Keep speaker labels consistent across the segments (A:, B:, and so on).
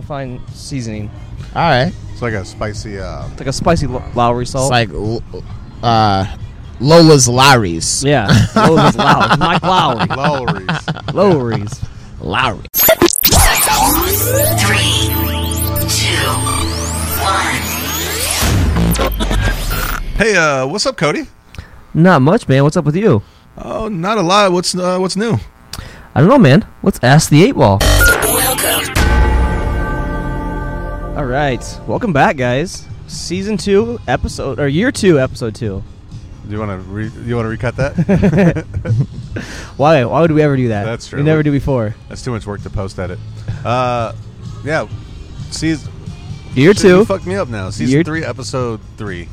A: fine seasoning.
B: All right.
C: It's like a spicy. Uh,
A: It's like a spicy Lo- Lowry
B: It's
A: salt.
B: like l- uh, Lola's Lowry's.
A: yeah, Lowry's Lowry. Mike Lowry.
C: Lowry's.
A: Lowry's.
B: Lowry.
D: Three, two, one.
C: hey, uh, what's up, Cody?
A: Not much, man. What's up with you?
C: Oh, not a lot. What's uh, what's new?
A: I don't know, man. Let's ask the eight ball.
D: Welcome.
A: All right, welcome back, guys. Season two, episode or year two, episode two.
C: Do you want to re- you want to recut that?
A: Why? Why would we ever do that?
C: That's true.
A: We never do before.
C: That's too much work to post edit. Uh, yeah. Season
A: Year
C: shit, You
A: two.
C: fucked me up now. Season
A: Year-
C: three, episode three.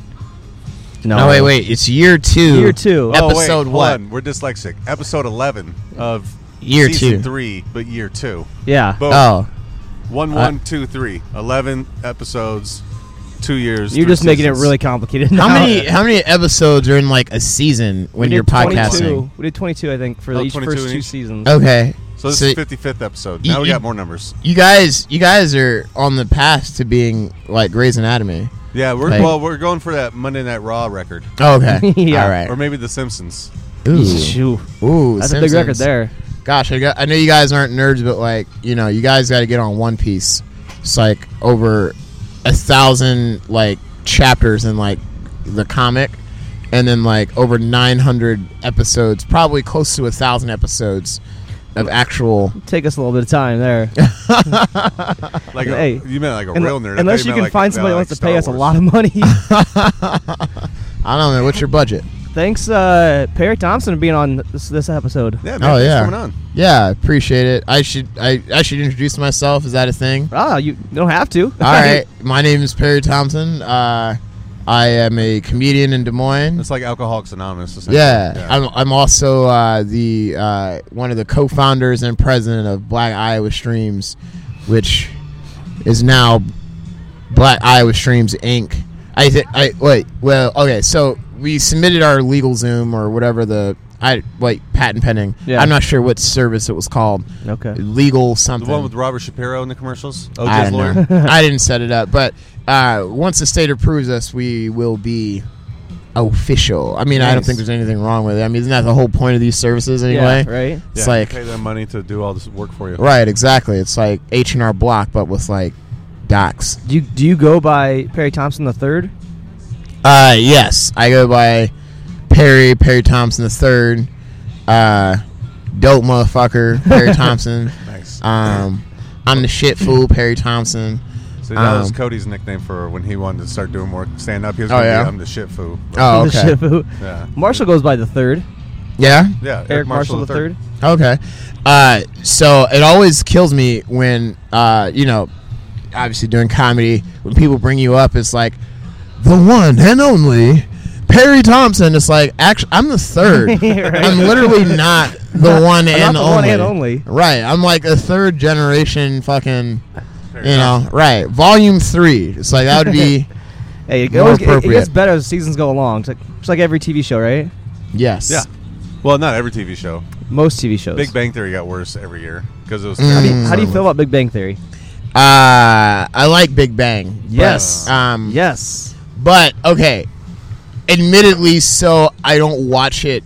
B: No, wait, wait. It's year two.
A: Year two.
C: Oh, wait,
B: Episode
C: hold
B: what?
C: on. We're dyslexic. Episode eleven of
B: Year
C: season
B: two.
C: three, but year two.
A: Yeah.
C: Boom.
B: Oh,
C: One, one, two, three. Eleven episodes, two years.
A: You're
C: three
A: just making it
C: seasons.
A: really complicated.
B: how
A: now.
B: many how many episodes are in like a season
A: We
B: when
A: did
B: you're
A: 22.
B: podcasting?
A: We did 22, I think, for
C: Oh,
A: each
C: 22
A: first
C: in
A: two
C: each?
A: seasons.
B: Okay.
C: So this is fifty fifth episode. Now
B: You-
C: we
B: you-
C: got more numbers.
B: you guys, you guys are on the path to being like Grey's Anatomy.
C: Yeah, we're
B: Like-
C: well, we're going for that Monday Night Raw record,
B: Oh, okay.
A: Yeah.
C: or
B: All right.
C: maybe The Simpsons.
A: Oh.
B: Ooh.
A: Shoo.
B: Ooh.
A: That's
B: Simpsons.
A: a big record there.
B: Gosh, I, got, I know you guys aren't nerds, but like, you know, you guys got to get on One Piece. It's like over a thousand like chapters in like the comic, and then like over nine hundred episodes, probably close to a thousand episodes of actual.
A: Take us a little bit of time there.
C: Like a,
A: Hey,
C: you meant like a
A: Unle-
C: real nerd. I
A: Unless
C: thought
A: you
C: meant
A: can
C: like-
A: find somebody
C: uh,
A: that wants
C: like
A: to pay
C: Star
A: us a
C: Wars.
A: lot of money.
B: I don't know. What's your budget?
A: Thanks, uh, Perry Thompson, for being on this, this episode.
C: Yeah, man,
B: Oh
C: thanks
B: yeah,
C: for coming on.
B: yeah. Appreciate it. I should I, I should introduce myself. Is that a thing?
A: Ah, you don't have to.
B: All right. My name is Perry Thompson. Uh, I am a comedian in Des Moines.
C: It's like Alcoholics Anonymous. essentially.
B: Yeah, I'm, I'm also uh, the uh, one of the co-founders and president of Black Iowa Streams, which is now Black Iowa Streams Inc. I think I wait. Well, okay. So we submitted our legal Zoom or whatever the I like patent pending.
A: Yeah.
B: I'm not sure what service it was called.
A: Okay.
B: Legal
C: the
B: something.
C: one with Robert Shapiro in the commercials. OJ's
B: I don't
C: lawyer.
B: know. I didn't set it up, but uh, once the state approves us, we will be official. I mean, I don't
A: Nice.
B: think there's anything wrong with it. I mean, isn't that the whole point of these services anyway?
A: Yeah, right?
B: It's
C: Yeah, you
B: like
C: pay them money to do all this work for you.
B: right, exactly. It's like H and R Block, but with like docs.
A: Do you, do you go by Perry Thompson the third?
B: Uh, yes, I go by Perry Perry Thompson the third. Uh, dope motherfucker Perry Thompson.
C: Nice.
B: Um, I'm the shit fool Perry Thompson.
C: so that was
B: um,
C: Cody's nickname for when he wanted to start doing more stand up. He was
B: Oh,
C: gonna be,
B: yeah?
C: I'm the shit foo.
B: Oh,
A: The
B: okay.
A: Shifu.
C: Yeah.
A: Marshall goes by the third.
B: Yeah.
C: Yeah.
A: Eric Marshall, the third.
B: Okay. Uh, so it always kills me when, uh, you know, obviously doing comedy, when people bring you up, it's like, the one and only Perry Thompson. It's like, actually, I'm the third.
A: Right.
B: I'm literally not the one and
A: the
B: only.
A: one and only.
B: Right. I'm like a third generation fucking, you
C: Perry
B: know, right. Volume three. It's like, that would be,
A: Hey, it,
B: More
A: always, it- it
B: appropriate.
A: gets better as seasons go along. It's like, it's like every TV show, right?
B: yes.
C: Yeah. Well, not every TV show.
A: Most TV shows.
C: Big Bang Theory got worse every year because it was.
B: Mm.
A: How do
C: terrible.
A: you, how do you feel about Big Bang Theory?
B: Uh, I like Big Bang. but,
A: Yes.
B: um,
A: Yes.
B: But okay, admittedly, so I don't watch it.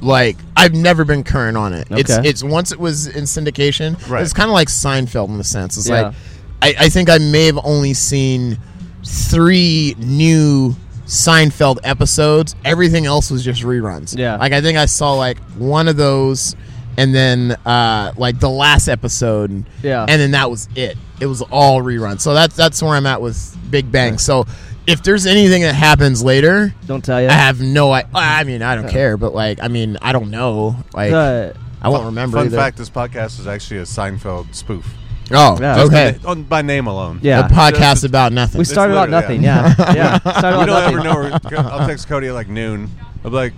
B: Like I've never been current on it. It's
A: Okay.
B: it's once it was in syndication.
C: Right.
B: It's kind of like Seinfeld in the sense. It's
A: Yeah.
B: like I, I think I may have only seen three new Seinfeld episodes. Everything else was just reruns.
A: Yeah.
B: Like I think I saw like one of those, and then uh, like the last episode.
A: Yeah.
B: And then that was it. It was all reruns. So that's that's where I'm at with Big Bang. So if there's anything that happens later,
A: Don't tell you.
B: I have no. I, I mean, I don't care. But like, I mean, I don't know. Like,
A: Uh,
B: I won't remember
C: Fun
B: either.
C: fact: This podcast is actually a Seinfeld spoof.
B: Oh,
A: Yeah.
C: Just
B: okay.
C: by- on, by name alone.
A: Yeah.
B: A podcast
C: Just-
B: about nothing.
A: we started out
C: literally,
A: nothing.
C: yeah.
A: Yeah. Yeah. Started
C: We
A: out
C: don't ever
A: nothing.
C: know. where- I'll text Cody at like noon. I'll be like,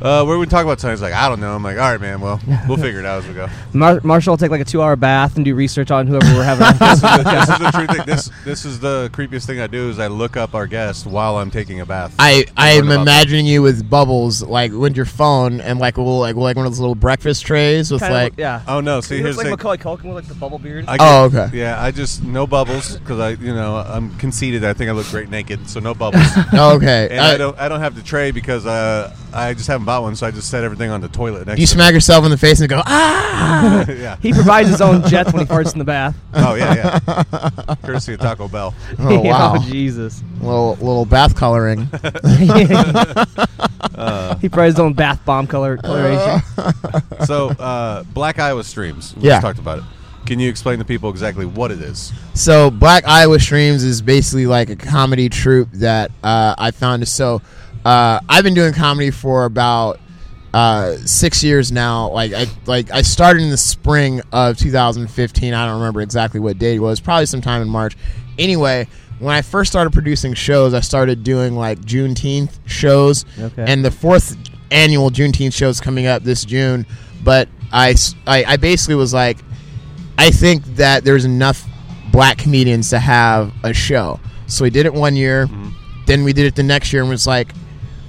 C: uh, what are we talking about tonight? He's like, I don't know. I'm like, all right, man. Well, we'll figure it out as we go.
A: Mar- Marshall will take like a two hour bath and do research on whoever we're having. on.
C: This is, the, this is the true thing. This this is the creepiest thing I do is I look up our guest while I'm taking a bath.
B: I I am
C: learn about
B: imagining you with bubbles like with your phone and like a little like like one of those little breakfast trays with
A: Kinda
B: like
A: look- yeah.
C: Oh no! See,
A: he
C: here's
A: looks
C: the
A: like
C: thing.
A: Macaulay Culkin with like the bubble beard.
C: I
B: Oh,
C: get-
B: okay.
C: Yeah, I just no bubbles because I, you know, I'm conceited. I think I look great naked, so no bubbles.
B: okay.
C: And
B: Uh,
C: I, don't, I don't have the tray because uh, I just haven't bought one, so I just set everything on the toilet next.
B: you
C: to
B: smack yourself in the face and go ah.
C: it. yeah.
A: he provides his own jets when he farts in the bath.
C: Oh yeah, yeah. Courtesy of Taco Bell.
B: Oh wow.
A: oh, Jesus.
B: little little bath coloring.
A: he probably Uh, his own bath bomb color coloration.
C: So uh, Black Iowa streams. We
B: Yeah.
C: just talked about it. Can you explain to people exactly what it is?
B: So Black Iowa Streams is basically like a comedy troupe that uh, I found. So uh, I've been doing comedy for about uh, six years now. Like I like I started in the spring of 2015. I don't remember exactly what date it was. Probably sometime in March. Anyway, when I first started producing shows, I started doing like Juneteenth shows,
A: Okay.
B: and the fourth annual Juneteenth show is coming up this June. But I s- I- I basically was like. I think that there's enough black comedians to have a show. So we did it one year, then we did it the next year, and was like,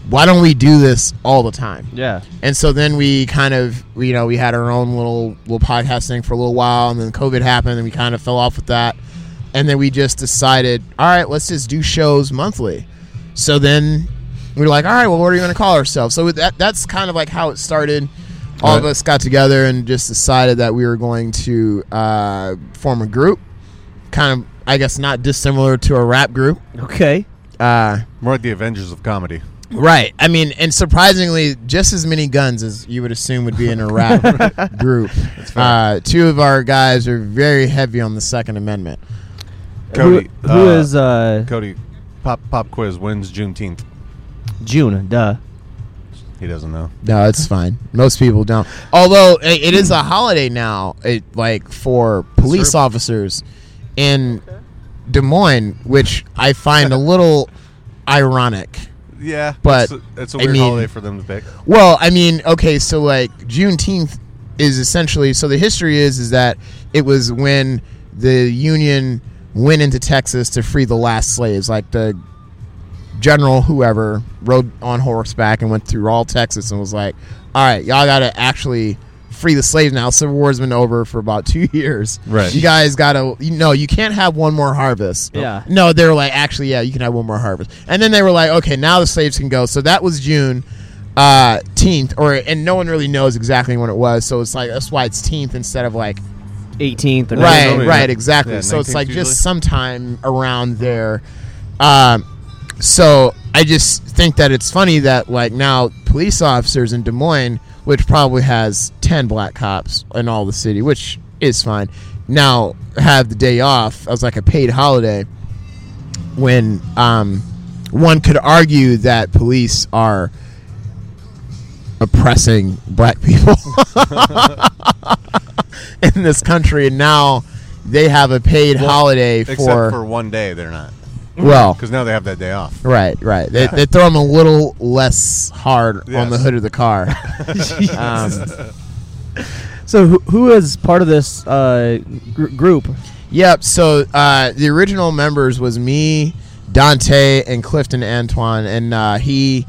B: why don't we do this all the time?
A: Yeah.
B: And so then we kind of, we- you know, we had our own little little podcast thing for a little while, and then COVID happened, and we kind of fell off with that. And then we just decided, all right, let's just do shows monthly. So then we were like, all right, well, what are we going to call ourselves? So with that that's kind of like how it started. All of
C: Right.
B: us got together and just decided that we were going to uh, form a group, kind of, I guess, not dissimilar to a rap group.
A: Okay.
B: Uh,
C: More like the Avengers of comedy.
B: Right. I mean, and surprisingly, just as many guns as you would assume would be in a rap group. Uh, two of our guys are very heavy on the Second Amendment.
C: Cody,
A: Who- who
C: uh,
A: is uh,
C: Cody? Pop pop quiz. When's Juneteenth?
A: June? Duh.
C: He doesn't know.
B: No, it's fine. Most people don't. Although i it is a holiday now, it, like for police
C: true.
B: officers in Des Moines, which I find a little ironic.
C: Yeah,
B: But,
C: it's a, it's a
B: I
C: weird
B: mean-
C: holiday for them to pick.
B: Well, I mean, okay, so like Juneteenth is essentially so the history is is that it was when the Union went into Texas to free the last slaves, like the general whoever rode on horseback and went through all Texas and was like, "All right, y'all got to actually free the slaves now. Civil War's been over for about 2 years.
C: Right.
B: You guys got to you know, you can't have one more harvest."
A: Yeah.
B: No, they were like, "Actually, yeah, you can have one more harvest." And then they were like, "Okay, now the slaves can go." So that was June uh 10th or and no one really knows exactly when it was. So it's like that's why it's 10th instead of like
A: 18th. Or
B: right,
C: normally-
B: right, exactly.
C: yeah,
B: so it's
C: 19th
B: like
C: usually.
B: just sometime around there. Um, so I just think that it's funny that like now police officers in Des Moines, which probably has ten black cops in all the city, which is fine, now have the day off as like a paid holiday. When um, one could argue that police are oppressing black people in this country, and now they have a paid holiday
C: Except
B: for,
C: for one day, they're not
B: well,
C: because now they have that day off.
B: right, right. They, they throw them a little less hard on the
C: Yes.
B: hood of the car. um,
A: So who, who is part of this uh, gr- group?
B: yep. So uh, the original members was me, Dante, and Clifton Antoine, and uh, he.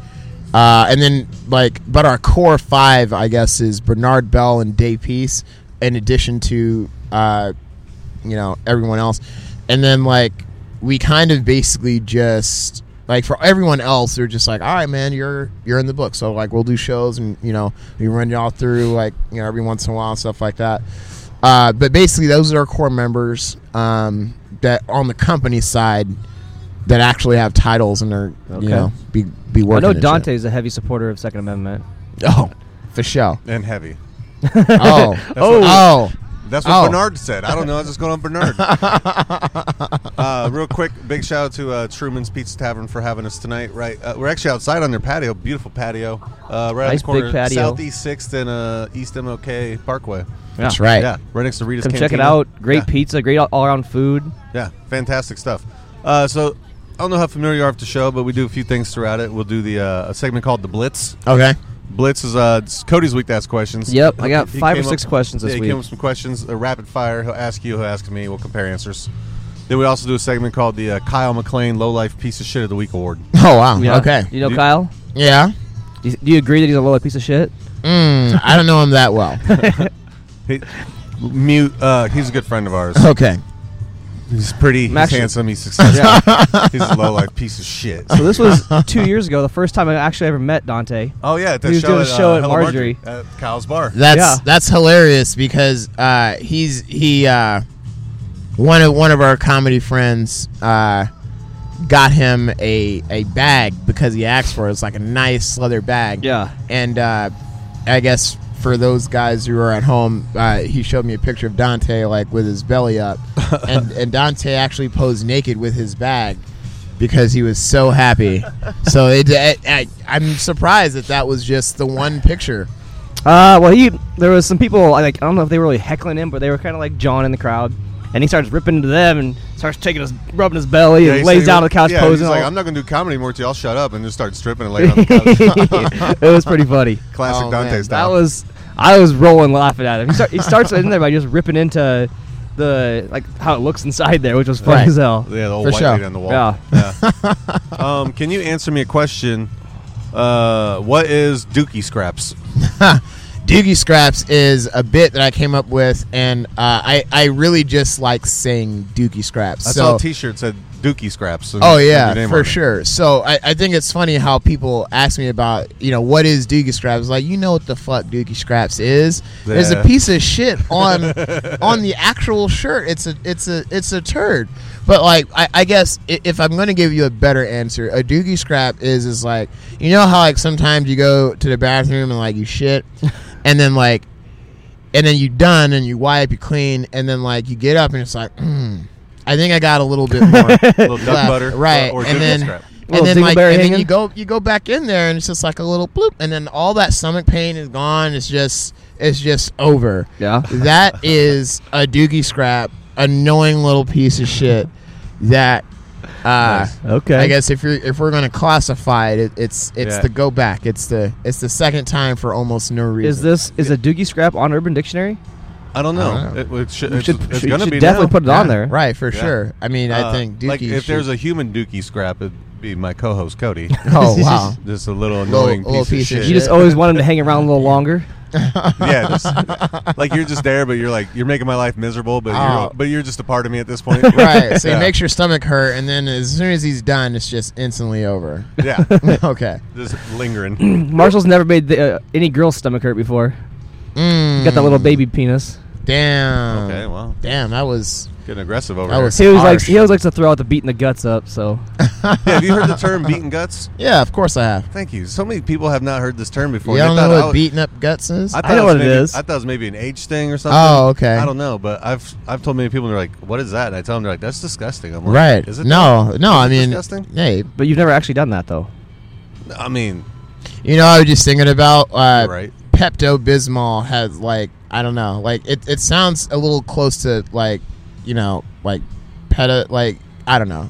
B: Uh, and then, like, but our core five, I guess, is Bernard Bell and Day Peace, in addition to uh, you know everyone else and then like we kind of basically just like for everyone else they're just like all right man you're you're in the book so like we'll do shows and you know we run y'all through like you know every once in a while and stuff like that uh, but basically those are our core members um, that on the company side that actually have titles and are
A: Okay.
B: you know be be
A: I
B: working
A: know
B: and shit.
A: Dante's a heavy supporter of Second Amendment.
B: oh for sure
C: And heavy.
B: oh
C: what-
B: oh
C: That's what
B: Oh.
C: Bernard said. I don't know. I was just going on Bernard. uh, real quick, big shout out to uh, Truman's Pizza Tavern for having us tonight. Right, uh, we're actually outside on their patio. Beautiful patio. Uh, right on
A: Nice
C: the corner,
A: big patio.
C: Southeast Sixth and uh, East MLK Parkway.
B: that's right
C: Yeah, right next to Rita's.
A: Come check it
C: Cantina.
A: out. Great
C: Yeah.
A: pizza, great all around food.
C: Yeah, fantastic stuff. Uh, so I don't know how familiar you are with the show, but we do a few things throughout it. We'll do the uh, a segment called the Blitz.
B: okay
C: Blitz is uh, it's Cody's week to ask questions.
A: Yep, I got
C: He
A: five or
C: came
A: six questions this
C: yeah, He
A: week.
C: came up with some questions, a rapid fire. He'll ask you, he'll ask me. We'll compare answers. Then we also do a segment called the uh, Kyle McLean Low Life Piece of Shit of the Week Award.
B: Oh wow.
A: Yeah.
B: Okay.
A: You know
C: Do-
A: Kyle?
B: Yeah.
A: Do you, do you agree that he's a low piece of shit?
B: Mm, I don't know him that well.
C: He, mute. Uh, he's a good friend of ours.
B: Okay.
C: He's pretty. He's
A: Actually-
C: handsome. He's successful. He's a low life piece of shit.
A: So this was two years ago, the first time I actually ever met Dante.
C: Oh yeah, at the
A: He was
C: show,
A: doing
C: at,
A: a show
C: uh,
A: at
C: Hello
A: Marjorie.
C: Marjorie, at Kyle's bar.
B: That's
A: Yeah.
B: that's hilarious because uh, he's he uh, one of one of our comedy friends uh, got him a a bag because he asked for it. It's like a nice leather bag.
A: Yeah.
B: And uh, I guess for those guys who are at home, uh, he showed me a picture of Dante like with his belly up, and and Dante actually posed naked with his bag. Because he was so happy, so it, it, I, I'm surprised that that was just the one picture.
A: Uh, well, he there was some people I like I don't know if they were really heckling him, but they were kind of like John in the crowd, and he starts ripping into them and starts taking his rubbing his belly
C: Yeah, he
A: and
C: said
A: lays
C: he
A: down on
C: was-
A: the couch
C: yeah,
A: posing.
C: He's like,
A: all-
C: I'm not gonna do comedy anymore. Till y'all shut up and just start stripping and laying on the couch.
A: it was pretty funny.
C: Classic
B: Oh,
C: Dante
B: man,
A: That
C: style.
A: was I was rolling laughing at him. He, start, he starts in there by just ripping into the like how it looks inside there, which was funny
B: Right.
A: as hell.
C: yeah, the old
B: For
C: white
B: sure.
C: lady on the wall.
A: Yeah.
C: Yeah. um, can you answer me a question? Uh, what is Dookie Scraps?
B: Doogie Scraps is a bit that I came up with, and uh, I I really just like saying Doogie Scraps.
C: I saw
B: so,
C: a T-shirt said Dookie Scraps. and
B: oh
C: your
B: yeah,
C: name
B: for
C: on it.
B: sure. So I, I think it's funny how people ask me about you know what is Doogie Scraps? Like you know what the fuck Doogie Scraps is? There's
C: Yeah.
B: a piece of shit on on the actual shirt. It's a it's a it's a turd. But like I, I guess i- if I'm gonna give you a better answer, a Doogie Scrap is is like you know how like sometimes you go to the bathroom and like you shit, and then like and then you done and you wipe, you clean, and then like you get up and it's like, mm, I think I got a little bit more
C: Little duck
B: left."
C: butter, uh,
B: right?
C: Or, or Dookie
B: and then
C: Scrap.
B: and
A: Little
B: then like
A: dingleberry
B: and then
A: hanging?
B: you go you go back in there and it's just like a little bloop, and then all that stomach pain is gone. It's just it's just over.
A: Yeah.
B: that is a doogie scrap, annoying little piece of shit that. Uh,
A: Okay.
B: I guess if you're if we're gonna classify it, it it's it's
C: Yeah.
B: the go back. It's the it's the second time for almost no reason.
A: Is this is a Doogie scrap on Urban Dictionary?
C: I don't
B: I
C: know.
B: don't know.
C: It, it should,
A: You
C: it's,
A: should,
C: it's
A: you
C: gonna
A: should
C: be
A: definitely
C: now.
A: put it on
B: Yeah,
A: there.
B: Right, for
C: Yeah.
B: sure. I mean, I
C: Uh,
B: think Dookie.
C: Like if
B: should-
C: there's a human Dookie Scrap, it'd be my co-host Cody.
B: oh wow,
C: Just a little annoying
B: little
C: piece, of, shit.
A: You just always want him to hang around a little longer.
C: yeah, just, like you're just there, but you're like you're making my life miserable, but you're
B: Oh.
C: but you're just a part of me at this point.
B: right? So he
C: Yeah.
B: makes your stomach hurt, and then as soon as he's done, it's just instantly over.
C: Yeah,
B: okay.
C: just lingering.
A: Marshall's never made the, uh, any girl's stomach hurt before.
B: Mm,
A: Got that little baby penis.
B: Damn.
C: Okay, well,
B: Damn, that was
C: getting aggressive over
B: That
C: here.
B: was-
A: He always likes
B: Harsh.
A: he always likes to throw out the beating the guts up. So
C: yeah, have you heard the term beaten guts?
B: yeah. Of course I have.
C: Thank you. So many people have not heard this term before.
B: You
C: They
B: don't
C: thought
B: know
C: I
B: what
C: was-
B: beating up guts is?
C: I thought
A: I know
C: was
A: what it
C: maybe-
A: is.
C: I thought it was maybe an age thing or something.
B: Oh, okay.
C: I don't know, but I've I've told many people and they're like, "What is that?" And I tell them they're like, "That's disgusting." I'm like,
B: right.
C: Is it?
B: no, no. I
C: Is it
B: mean,
C: disgusting?
B: hey,
A: But you've never actually done that though.
C: I mean,
B: you know, I was just thinking about uh,
C: you're right.
B: Pepto Bismol has like I don't know, like it, it sounds a little close to like you know like peta like I don't know.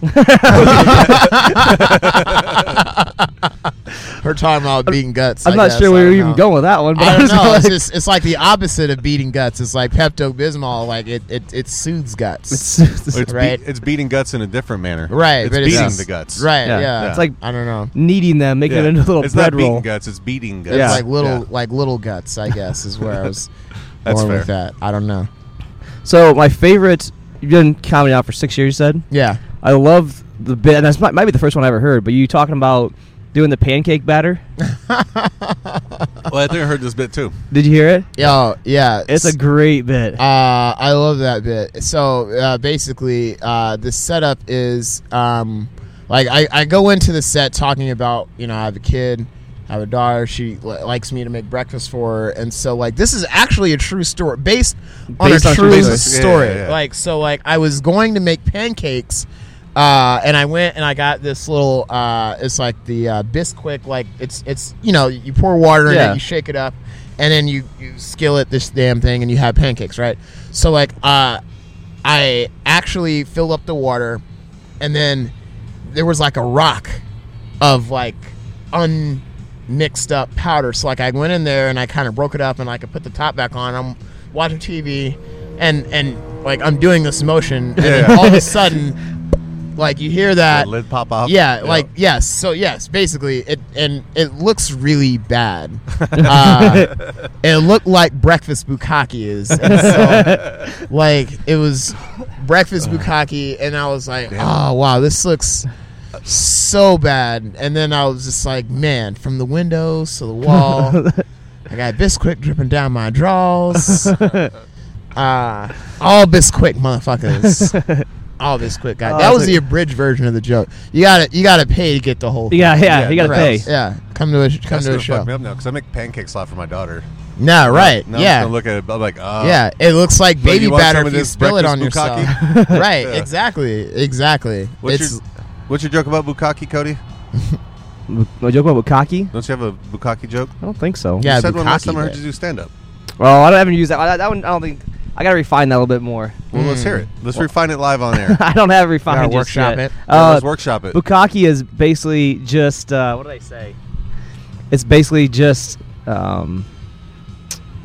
B: We're talking about beating guts.
A: I'm
B: I
A: not
B: guess.
A: sure
B: I
A: where
B: don't
A: you're even
B: know.
A: going with that one. But
B: I
A: was
B: don't know.
A: like-
B: It's just it's like the opposite of beating guts. It's like Pepto Bismol. Like it, it it soothes guts.
A: it's, it's-
C: It's,
B: Right.
C: beat, it's beating guts in a different manner.
B: right,
C: It's
B: but
C: beating
B: it's,
C: the guts.
B: Right.
A: Yeah.
B: Yeah.
A: It's like
B: I don't know.
A: kneading them, making
C: Yeah.
A: it into a little
C: it's
A: bread
C: not
A: roll.
C: beating guts. It's beating guts.
B: It's
A: Yeah.
B: like little
C: Yeah.
B: like little guts. I guess is where I was
C: That's
B: going
C: fair.
B: with that. I don't know.
A: So my favorite. You've been comedy out for six years. You said.
B: Yeah.
A: I love the bit, and that's might, might be the first one I ever heard. But you talking about doing the pancake batter?
C: Well, I think I heard this bit too.
A: Did you hear it?
B: Yo, yeah.
A: It's a great bit.
B: Uh, I love that bit. So uh, basically, uh, the setup is um, like I, I go into the set talking about you know I have a kid, I have a daughter. She li- likes me to make breakfast for her, and so like this is actually a true story based on
A: Based
B: a
A: on a
B: true
A: true
B: story.
C: story. Yeah, yeah, yeah.
B: Like so, like I was going to make pancakes. Uh, and I went and I got this little. Uh, it's like the uh, Bisquick. Like it's it's you know you pour water in
A: Yeah.
B: it, you shake it up, and then you, you skillet this damn thing and you have pancakes, right? So like uh I actually filled up the water and then there was like a rock of like un mixed up powder. So like I went in there and I kind of broke it up and I could put the top back on. I'm watching TV and and like I'm doing this motion and then
C: Yeah.
B: all of a sudden like you hear that
C: lid pop off.
B: yeah, like yes. So yes, basically it and it looks really bad. uh, it looked like breakfast bukkake is. And so, like it was breakfast bukkake, and I was like, oh wow, this looks so bad. And then I was just like, man, from the windows to the wall, I got Bisquick dripping down my drawers. Uh, all Bisquick, motherfuckers. all Bisquick, guy.
A: Oh,
B: that
A: that's
B: was
A: a-
B: the abridged version of the joke. You gotta, you gotta pay to get the whole.
A: Yeah, yeah,
C: Yeah,
A: you gotta
B: Right.
A: pay.
B: Yeah, come to a come
C: That's
B: to a
C: gonna fuck me
B: show.
C: up now because I make pancakes a lot for my daughter.
B: No, right?
C: Now
B: yeah,
C: I'm gonna look at it. I'm like, ah,
B: yeah. It looks like
C: But
B: baby
C: you want
B: batter
C: some of
B: if you
C: this
B: spill it on
C: breakfast
B: yourself.
C: bukkake?
B: right?
C: Yeah.
B: Exactly. Exactly.
C: What's
B: it's
C: your What's your joke about bukkake, Cody?
A: No joke about Bukaki?
C: Don't you have a bukkake joke?
A: I don't think so.
B: Yeah,
C: you said one last
B: bukkake
C: time I heard
B: bit.
C: you do stand up.
A: Well, I don't haven't used that. I, that one, I don't think. I gotta refine that a little bit more.
C: Well, let's hear it.
A: Hmm.
C: Let's refine it live on air.
A: I don't have refined
B: Gotta
A: just
B: workshop
A: yet.
B: it.
C: Yeah,
A: Uh,
C: let's workshop it.
A: Bukaki is basically just uh, what did I say? It's basically just um,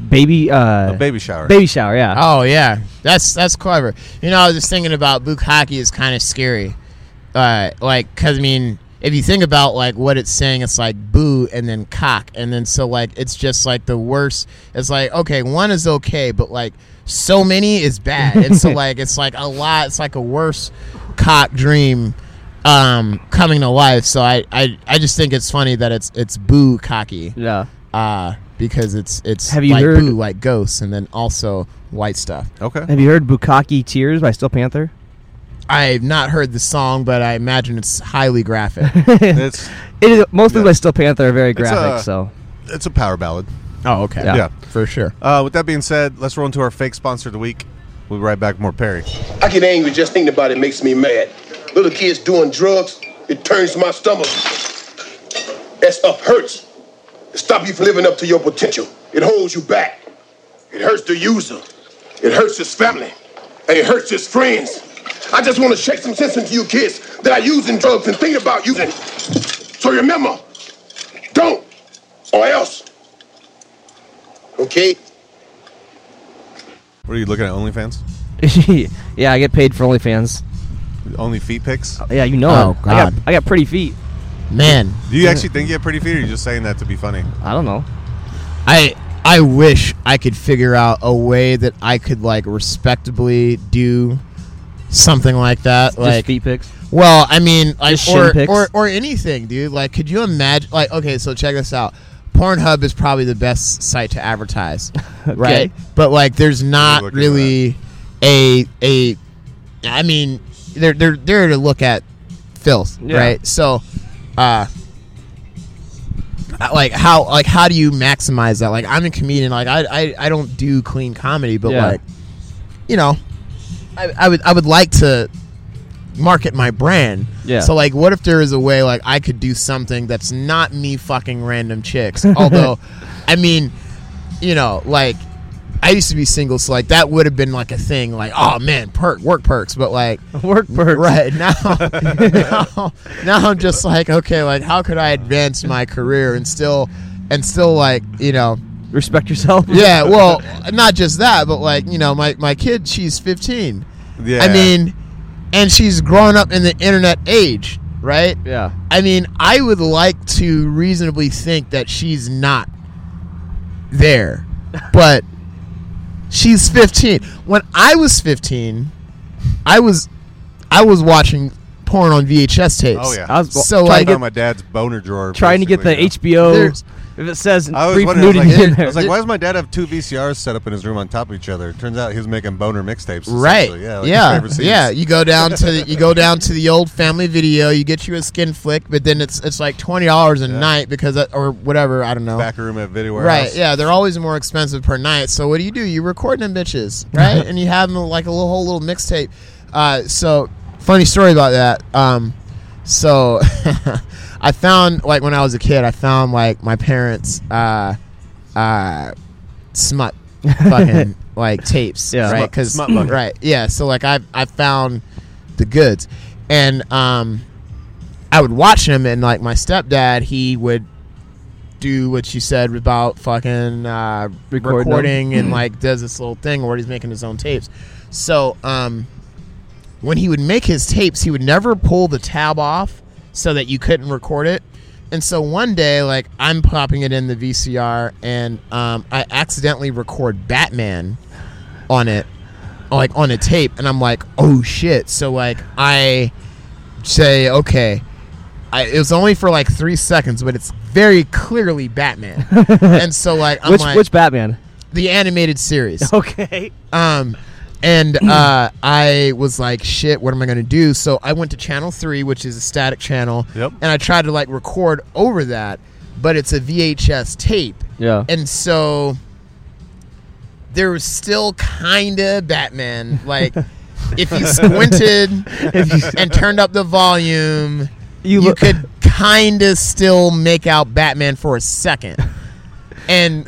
A: baby uh,
C: a baby shower.
A: baby shower. Yeah.
B: oh yeah, that's that's clever. You know, I was just thinking about bukkake is kind of scary. Uh, like, cause I mean, if you think about like what it's saying, it's like boo and then cock, and then so like it's just like the worst. It's like okay, one is okay, but like so many is bad, and so like it's like a lot. It's like a worse cock dream um coming to life. So I I, I just think it's funny that it's it's boo cocky.
A: Yeah.
B: uh, because it's it's
A: Have you
B: like
A: heard-
B: boo, like ghosts, and then also white stuff.
C: Okay.
A: Have you heard Bukaki Tears by Steel Panther?
B: I've not heard the song, but I imagine it's highly graphic.
A: it
C: It's
A: is mostly by Steel Panther are very graphic.
C: a-
A: so
C: it's a power ballad.
B: oh, okay,
A: Yeah.
C: Yeah.
B: for sure.
C: Uh, with that being said, let's roll into our fake sponsor of the week. We'll be right back. with More Perry.
E: I get angry just thinking about it makes me mad. Little kids doing drugs, it turns my stomach. That stuff hurts. It stops you from living up to your potential. It holds you back. It hurts the user. It hurts his family. And it hurts his friends. I just want to shake some sense into you kids that are using drugs and thinking about using. So remember, don't or else. Okay?
C: What are you looking at? OnlyFans?
A: yeah, I get paid for OnlyFans.
C: Only feet pics?
A: Yeah, you know.
B: Oh,
A: it. I got
B: God.
A: I got pretty feet.
B: Man,
C: Do you actually think you have pretty feet, or are you just saying that to be funny?
A: I don't know.
B: I I wish I could figure out a way that I could like respectably do something like that.
A: Just
B: Like
A: feet pics.
B: Well, I mean, like,
A: Just shin
B: or,
A: pics.
B: or or anything, dude. Like, could you imagine? Like, okay, so check this out. Pornhub is probably the best site to advertise, right? But like, there's not
C: look into
B: really a a. I mean, they're they're they're to look at filth,
A: Yeah.
B: right? So, uh, I- like how like how do you maximize that? Like, I'm a comedian. Like, I I, I don't do clean comedy, but
A: Yeah.
B: like, you know, I, I would I would like to market my brand.
A: Yeah.
B: So like, what if there is a way like I could do something that's not me fucking random chicks? Although, I mean, you know, like I used to be single, so like that would have been like a thing. Like, oh man, perk work perks, but like.
A: Work perks.
B: Right now, now, now I'm just like, okay, like how could I advance my career and still, and still like, you know,
A: Respect yourself.
B: yeah, well, not just that, but like you know, my my kid, she's 15.
C: Yeah.
B: I mean, and she's growing up in the internet age, right?
A: Yeah.
B: I mean, I would like to reasonably think that she's not there, but she's 15. When I was 15, I was I was watching porn on VHS tapes.
C: Oh, yeah.
A: I was
B: So
A: trying
B: like,
A: to
C: Found
A: get-
C: my dad's boner drawer.
A: Trying to get the
C: basically, you know?
A: HBO.
B: There's-
A: If it says
C: I was
A: brief
C: wondering. I was,
A: nudity in
C: like, I
A: there,
C: was like, why does my dad have two VCRs set up in his room on top of each other? Turns out he was making boner mixtapes.
B: right
C: essentially. Yeah. like
B: yeah
C: favorite scenes.
B: yeah you go down to the, you go down to the old family video you get you a skin flick but then it's it's like $20 a night because that, or whatever i don't know
C: Back room at Video Warehouse.
B: right yeah they're always more expensive per night so what do you do you record them bitches right and you have them like a little whole little mixtape uh, so funny story about that um, so i found like when i was a kid i found like my parents uh, uh, smut fucking like tapes
A: Yeah.
B: right
A: Smut-
B: because
C: smut bucket.
B: right yeah so like i i found the goods and um i would watch them and like my stepdad he would do what you said about fucking uh,
A: Recording
B: recording,
A: them.
B: and like does this little thing where he's making his own tapes. So um, when he would make his tapes, he would never pull the tab off so that you couldn't record it. And so one day, like I'm popping it in the VCR, and um, I accidentally record Batman on it, like on a tape, and I'm like, oh shit! So like I say, okay, I, it was only for like three seconds, but it's very clearly Batman. and so like I'm
A: which
B: like
A: which Batman?
B: the animated series.
A: Okay.
B: Um, and uh, I was like, shit, what am I gonna do? So I went to channel three, which is a static channel,
C: Yep.
B: and I tried to like record over that, but it's a VHS tape,
A: Yeah.
B: and so there was still kinda Batman. Like, if you squinted and turned up the volume,
A: You
B: you,
A: look-
B: could kinda still make out Batman for a second, and.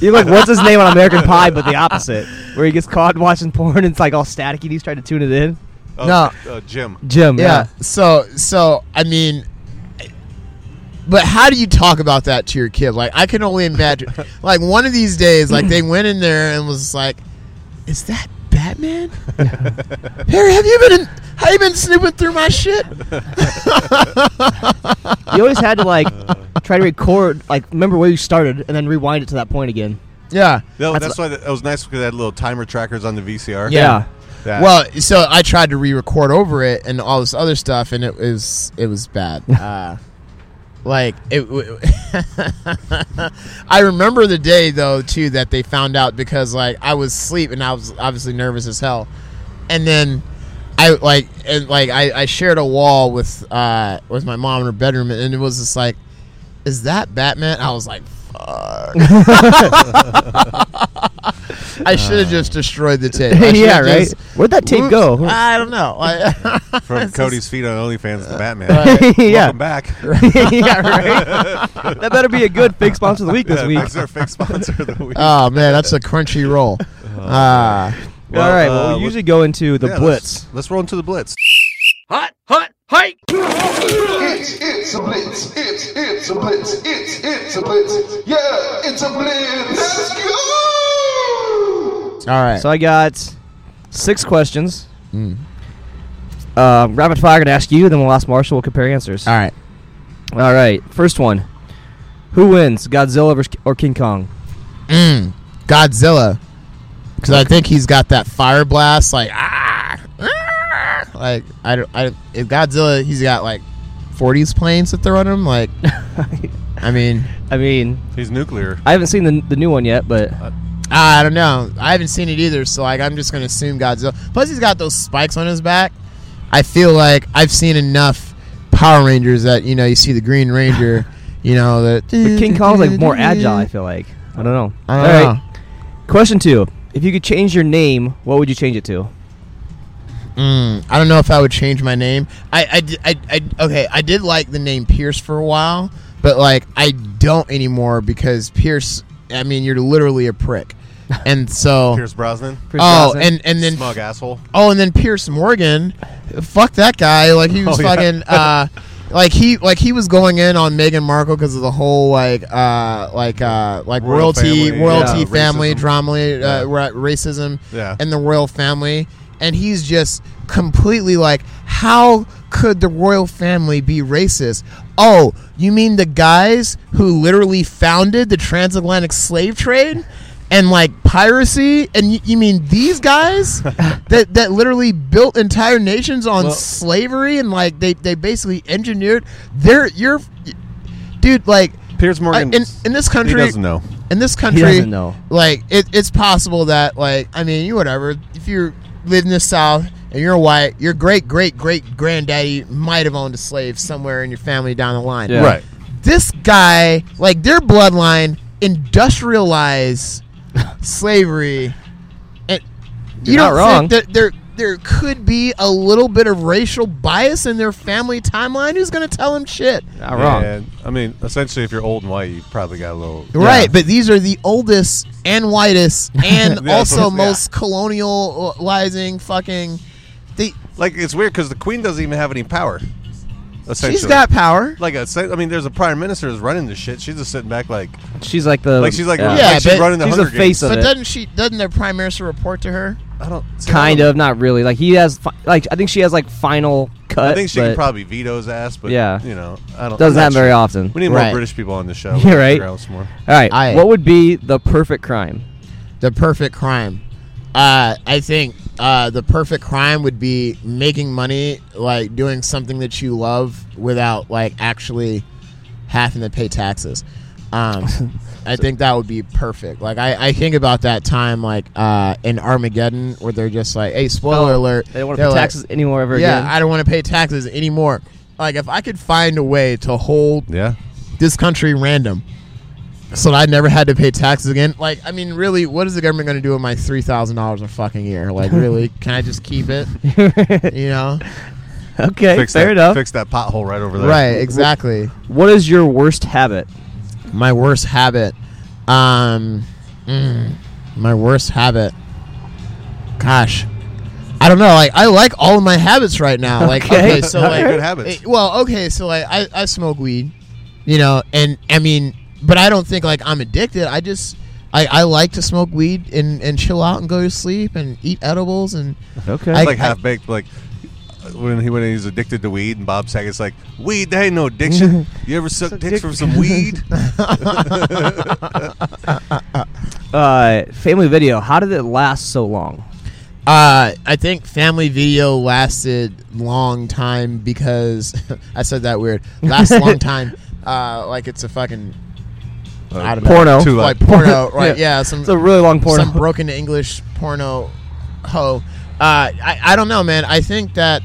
A: You're like, what's his name on American Pie, but the opposite, where he gets caught watching porn and it's like all staticky. and He's trying to tune it in.
C: Oh,
B: No.
C: uh, Jim.
A: Jim.
B: yeah. So so I mean, but how do you talk about that to your kid? Like I can only imagine. like one of these days, like they went in there and was like, "Is that Batman? Harry, have you been? In, have you been snooping through my shit?"
A: You always had to like try to record, like remember where you started, and then rewind it to that point again.
B: Yeah.
C: No,
A: That's
C: that's, why that, that was nice because they had little timer trackers on the VCR.
B: Yeah.
C: That-
B: Well, so I tried to re-record over it and all this other stuff, and it was it was bad. Uh, like it, w- I remember the day though too that they found out because like I was asleep and I was obviously nervous as hell, and then I like and like I, I shared a wall with uh with my mom in her bedroom, and it was just like, is that Batman? I was like. Fuck. I should have just destroyed the tape. I
A: yeah,
B: should've
A: right.
B: just-
A: Where'd that tape
B: Whoops.
A: go?
B: I don't know. I-
C: From Cody's feet on OnlyFans to Batman.
A: yeah.
C: Welcome back.
A: yeah, right. that better be a good fake sponsor of the week this
C: Yeah,
A: week.
C: That's our fixed sponsor of the week.
B: oh man, that's a crunchy roll. Ah,
C: Well,
A: All right.
C: uh,
A: Well, we
C: what-
A: usually go into the
C: yeah,
A: blitz.
C: Let's, let's roll into the blitz.
F: It's it's a blitz. It's it's a blitz. It's it's a blitz. Yeah, it's a blitz. Let's go.
B: all right.
A: So I got six questions. Uh, rapid fire. Gonna ask you, then we'll ask Marshall. We'll compare answers.
B: all right.
A: All right. First one. Who wins, Godzilla vers- or King Kong?
B: Mm, Godzilla, because I think he's got that fire blast. Like ah, ah. like I, don't- I if Godzilla, he's got like forties planes to throw at him. Like, I mean,
A: I mean,
C: He's nuclear.
A: I haven't seen the, the new one yet, but
B: I don't know. I haven't seen it either, so like I'm just gonna assume Godzilla. Plus, he's got those spikes on his back. I feel like I've seen enough Power Rangers that you know you see the Green Ranger. You know that
A: but King Kong's like more agile. I feel like I don't know.
B: I don't
A: All right. Question two: If you could change your name, what would you change it to?
B: Mm, I don't know if I would change my name. I, I, di- I, I- okay, I did like the name Pierce for a while, but like I don't anymore because Pierce. I mean, you're literally a prick, and so.
C: Pierce Brosnan.
B: Oh,
A: Brosnan?
B: and and then
C: smug asshole.
B: oh, and then Pierce Morgan, fuck that guy. Like he was
C: Oh, yeah.
B: fucking, uh, like he like he was going in on Meghan Markle because of the whole like uh like uh like
C: Royal
B: royalty
C: family,
B: royalty
C: yeah,
B: family
C: racism.
B: drama uh, ra- racism
C: Yeah.
B: and the royal family, and he's just completely like, how could the royal family be racist? Oh, you mean the guys who literally founded the transatlantic slave trade? And like piracy, and y- you mean these guys that that literally built entire nations on slavery, and like they, they basically engineered their your dude like
C: Pierce
B: I-
C: Morgan.
B: in in this country
C: he doesn't know.
B: in this country,
A: doesn't know.
B: Like it, it's possible that like I mean, you whatever. If you live in the South and you're white, your great great great granddaddy might have owned a slave somewhere in your family down the line.
A: Yeah. Right.
B: This guy, like their bloodline, industrialized slavery, and you
A: You're
B: don't
A: not wrong.
B: think that there there could be a little bit of racial bias in their family timeline? Who's going to tell him shit?
A: Not wrong.
C: And, I mean, essentially, if you're old and white, you probably got a little.
B: Right, but these are the oldest and whitest and
C: Yeah,
B: also
C: so-
B: most colonializing fucking. They,
C: Like it's weird because the queen doesn't even have any power. Essentially.
B: She's got power.
C: like a. sen- I mean, there's a prime minister who's running this shit. She's just sitting back like
A: She's like the
C: like she's like
A: Uh, yeah.
C: like
B: Yeah,
C: she's
B: but
C: running the
A: she's the
C: Hunger
A: face
C: Games.
A: of
B: But
A: it.
B: doesn't she? Doesn't the prime minister report to her?
C: I don't
A: kind of not really like he has fi- like I think she has like final cut.
C: I think she
A: but
C: could probably veto his ass, but
A: Yeah.
C: you know, I don't.
A: doesn't
C: I'm not
A: happen very
C: sure.
A: often.
C: We need
B: Right.
C: more British people on the show.
A: Yeah, right.
C: Figure out some more.
A: All right,
B: I-
A: what would be the perfect crime?
B: The perfect crime. Uh, I think uh, the perfect crime would be making money, like doing something that you love without like actually having to pay taxes. Um, I think that would be perfect. Like I, I think about that time like uh, in Armageddon where they're just like, "Hey, spoiler
A: Oh,
B: alert!
A: They don't want to
B: They're
A: pay
B: like,
A: taxes anymore ever
B: Yeah,
A: again.
B: I don't want to pay taxes anymore. Like if I could find a way to hold
C: Yeah.
B: this country random. So that I never had to pay taxes again. Like, I mean, really, what is the government going to do with my three thousand dollars a fucking year? Like, really, can I just keep it? You know,
A: okay,
C: Fix
A: fair
C: that,
A: enough.
C: Fix that pothole right over there.
B: right? Exactly.
A: What is your worst habit?
B: My worst habit. Um, mm, my worst habit. Gosh, I don't know. Like, I like all of my habits right now. Like,
A: Okay.
B: okay, so like,
C: Good habits.
B: eh, Well, okay, so like, I I smoke weed, you know, and I mean, but I don't think like I'm addicted. I just. I, I like to smoke weed and, and chill out and go to sleep and eat edibles and
A: Okay,
B: I-
C: It's like half baked. Like when he when he's addicted to weed, and Bob Saget's like, "Weed, that ain't no addiction. You ever suck dicks from some weed?"
A: uh, Family Video. How did it last so long?
B: Uh, I think Family Video lasted long time because I said that weird. Last long time, uh, like it's a fucking I don't know,
A: porno. Too
B: like
C: loud.
B: porno, right? yeah. some
A: It's a really long porno.
B: some broken English porno ho. Uh, I, I don't know, man. I think that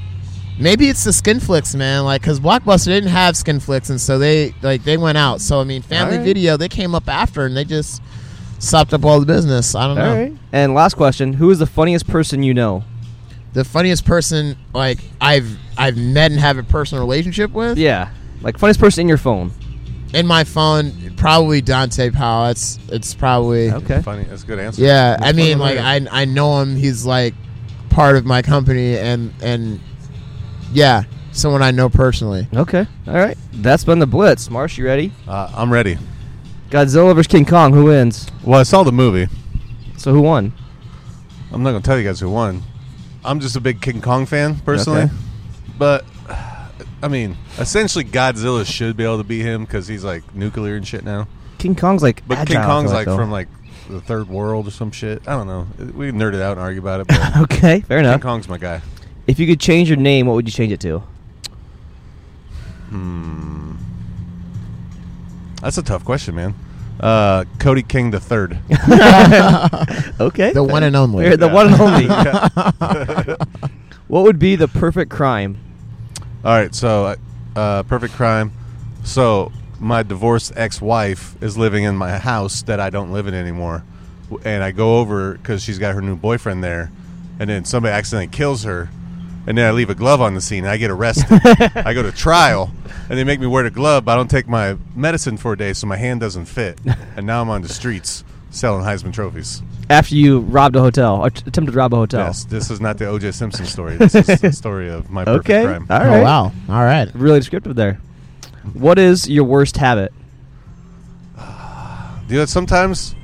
B: maybe it's the skin flicks, man. Like, cause Blockbuster didn't have skin flicks, and so they like they went out. So I mean, Family
A: Alright.
B: Video they came up after, and they just sopped up all the business. I don't
A: All
B: know.
A: right. And last question: Who is the funniest person you know?
B: the funniest person like I've I've met and have a personal relationship with.
A: Yeah, like funniest person in your phone.
B: In my phone, probably Dante Powell. It's it's probably
A: Okay.
C: Funny. That's a good answer.
B: yeah. I mean,
C: Funny,
B: like I I know him. He's like part of my company and and yeah, someone I know personally.
A: Okay. All right. That's been the Blitz. Marsh, you ready?
C: Uh, I'm ready.
A: Godzilla versus King Kong. Who wins?
C: Well, I saw the movie.
A: So who won?
C: I'm not gonna tell you guys who won. I'm just a big King Kong fan personally,
A: Okay.
C: but I mean, essentially Godzilla should be able to beat him because he's like nuclear and shit now.
A: King Kong's like.
C: But
A: agile, I
C: King
A: feel
C: Kong's like
A: though.
C: from like the third world or some shit. I don't know. We can nerd it out and argue about it. But
A: Okay, fair
C: King
A: enough.
C: Kong's my guy.
A: If you could change your name, what would you change it to?
C: That's a tough question, man. Uh, Cody King the third.
A: Okay.
B: The one and only.
A: You're the one and only. what would be the perfect crime?
C: All right, so uh, perfect crime. So my divorced ex-wife is living in my house that I don't live in anymore, W- and I go over because she's got her new boyfriend there, and then somebody accidentally kills her, and then I leave a glove on the scene. And I get arrested. I go to trial, and they make me wear the glove. But I don't take my medicine for a day, so my hand doesn't fit, and now I'm on the streets selling Heisman trophies.
A: After you robbed a hotel, or t- attempted to rob a hotel.
C: Yes, this is not the O.J. Simpson story. This is the story of my perfect
A: Okay.
C: crime.
A: All
B: Oh
A: right.
B: wow! All right.
A: Really descriptive there. What is your worst habit?
C: You know, sometimes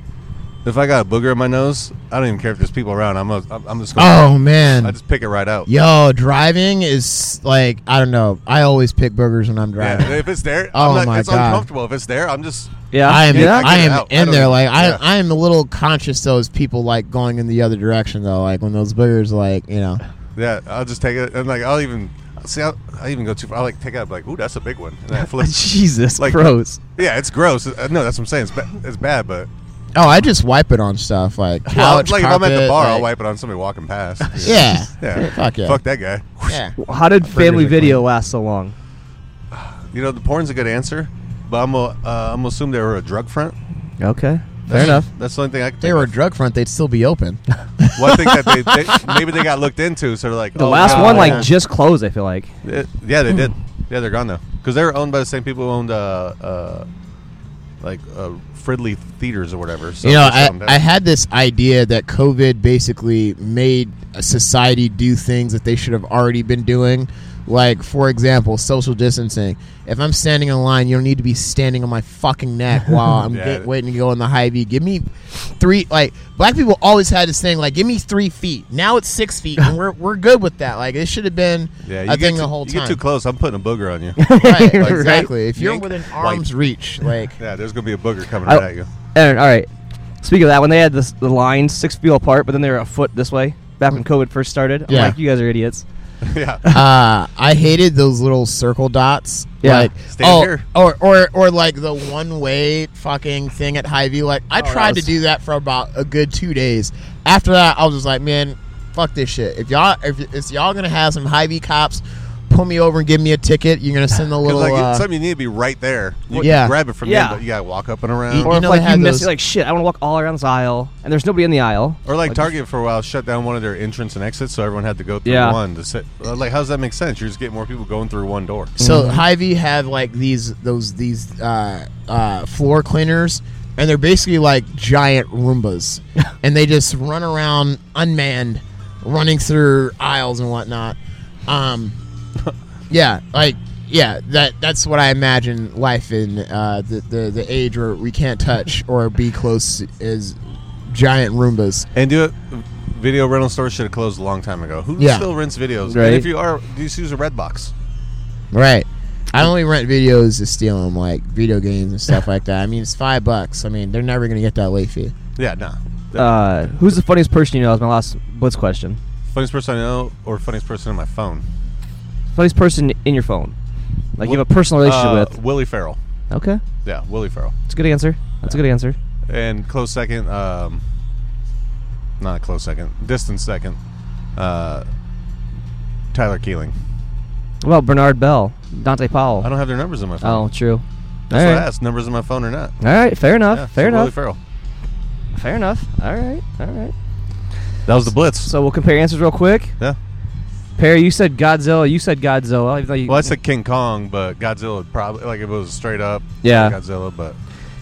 C: if I got a booger in my nose, I don't even care if there's people around. I'm a, I'm I'm just gonna,
B: Oh man.
C: I just pick it right out.
B: Yo, driving is like I don't know. I always pick burgers when I'm
C: Yeah,
B: driving.
C: if it's there,
B: Oh
C: I'm not,
B: my
C: it's
B: God.
C: uncomfortable. If it's there, I'm just
A: Yeah.
B: I am
C: Yeah, I
B: I
C: get it
B: am
C: out. I
B: in
C: don't
B: there
C: even-
B: like I
C: yeah.
B: I am a little conscious though as people like going in the other direction though like when those boogers like you know
C: yeah, I'll just take it and like I'll even see I'll, I even go too far. I like take it. I'm like, ooh, that's a big one. And I flip.
A: Jesus,
C: Like-
A: gross.
C: yeah, it's gross. Uh, No, that's what I'm saying. It's, ba- it's bad, but
B: oh I just wipe it on stuff like couch
C: Well, like if I'm at the
B: carpet,
C: bar, I'll
B: like-
C: wipe it on somebody walking past.
B: yeah
C: yeah,
B: fuck yeah
C: fuck that guy.
B: yeah
A: How did
B: Burgers
A: Family
B: are
A: Video
B: clean.
A: last so long?
C: You know, the porn's a good answer, but I'm gonna uh, I'm gonna assume they were a drug front.
A: Okay. Fair enough.
C: That's the only thing I. Can
B: If
C: think
B: they were a
C: of.
B: drug front they'd still be open
C: Well, I think that they, they maybe they got looked into, so they're like
A: The
C: oh,
A: last
C: yeah,
A: one,
C: yeah.
A: like, just closed, I feel like.
C: Uh, yeah, they did.
B: Hmm.
C: Yeah, they're gone now because they're owned by the same people who owned uh, uh, like uh, Fridley Theaters or whatever. So
B: you know
C: they
B: I,
C: shut 'em down.
B: I had this idea that COVID basically made a society do things that they should have already been doing Like, for example, social distancing. If I'm standing in line, you don't need to be standing on my fucking neck while I'm
C: Yeah.
B: get- waiting to go in the high V. Give me three. Like, black people always had this thing, like, give me three feet. Now it's six feet, and we're, we're good with that. Like, it should have been
C: Yeah, you
B: a
C: get
B: thing
C: too,
B: the whole
C: you
B: time.
C: get too close. I'm putting a booger on you.
B: Right,
A: Right.
B: exactly. If you're
C: Yank,
B: within
C: wipe.
B: arm's reach, like,
C: yeah, there's gonna be a booger coming
A: I-
C: right at you.
A: Aaron, all right. Speaking of that, when they had this, the lines six feet apart, but then they were a foot this way back when COVID first started,
B: Yeah.
A: I'm like, you guys are idiots.
C: yeah,
B: uh, I hated those little circle dots.
A: Yeah.
B: Like,
C: Stay
B: oh,
C: here.
B: Or, or, or like the one way fucking thing at Hy-Vee. Like, I
A: Oh, that
B: tried
A: was-
B: to do that for about a good two days. After that, I was just like, man, fuck this shit. If y'all, if it's y'all gonna have some Hy-Vee cops pull me over and give me a ticket, you're gonna send the
C: 'Cause,
B: little.
C: like
B: uh,
C: it's something you need to be right there. You can
B: Yeah.
C: grab it from
A: Yeah.
C: them, but you gotta walk up and around.
B: You
A: Or
C: Or,
A: if
B: know they
A: like you
B: had
A: miss,
B: those-
A: you're like, shit, I want to walk all around this aisle, and there's nobody in the aisle.
C: like Target for a while shut down one of their entrance and exits, so everyone had to go through
A: Yeah.
C: one. To sit. uh, Like, how does that make sense? You're just getting more people going through one door.
B: So Hy-Vee have like these those these uh, uh, floor cleaners, and they're basically like giant Roombas, and they just run around unmanned, running through aisles and whatnot. Um, yeah, like yeah, that that's what I imagine life in uh, the, the the age where we can't touch or be close is giant Roombas.
C: And do it. Video rental stores should have closed a long time ago. Who
B: Yeah.
C: still rents videos?
A: Right.
C: And if you are, just use a red box.
B: Right. I only rent videos to steal them, like video games and stuff like that. I mean, it's five bucks. I mean, they're never gonna get that late fee.
C: Yeah, nah. The
A: Uh, who's the funniest person you know? Is my last blitz question.
C: funniest person I know, or funniest person in my phone.
A: Funniest person in your phone, like you have a personal relationship
C: Uh,
A: with.
C: Willie Farrell.
A: Okay,
C: Yeah, Willie Farrell.
A: that's a good answer. That's a good answer.
C: And close second, um, not a close second, distant second, uh, Tyler Keeling.
A: What about Bernard Bell, Dante
C: I
A: Powell?
C: don't have their numbers in my phone.
A: Oh, true.
C: That's
A: all
C: what
A: right.
C: I asked. Numbers in my phone or not?
A: All right, fair enough.
C: Yeah,
A: fair
C: so Willie
A: enough.
C: Farrell.
A: Fair enough. All right. All right.
C: That was the blitz.
A: So we'll compare answers real quick.
C: yeah.
A: Perry, you said Godzilla. You said Godzilla. Even though you,
C: Well, I said King Kong, but Godzilla would probably like if it was straight up.
A: Yeah.
C: Godzilla, but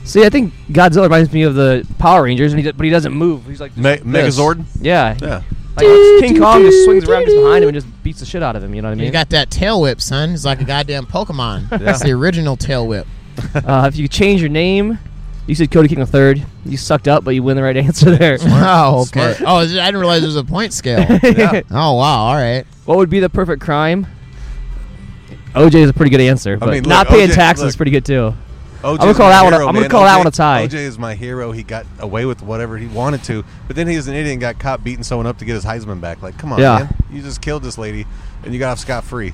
A: See, I think Godzilla reminds me of the Power Rangers, and he, do- but he doesn't move. He's like
C: Me-
A: this.
C: Megazord.
A: Yeah.
C: Yeah.
A: Like uh, King Kong just swings around just behind him and just beats the shit out of him. You know what I
B: You
A: mean?
B: got that tail whip, son. It's like a goddamn Pokemon. That's the original tail whip.
A: Uh, if you change your name, you said Cody King the third. You sucked up, but you win the right answer there.
B: Oh, okay. Oh, I didn't realize there was a point scale.
C: Yeah.
B: Oh, wow. All right.
A: what would be the perfect crime? OJ is a pretty good answer, but
C: mean, look,
A: not paying
C: OJ
A: taxes is
C: look.
A: pretty good too.
C: OJ
A: gonna
C: is
A: call
C: my
A: that one a-
C: hero,
A: I'm gonna
C: man.
A: call that
C: OJ
A: one a tie.
C: OJ is my hero. He got away with whatever he wanted to, but then he was an idiot and got caught beating someone up to get his Heisman back. Like, come on,
A: Yeah.
C: man. You just killed this lady and you got off scot free.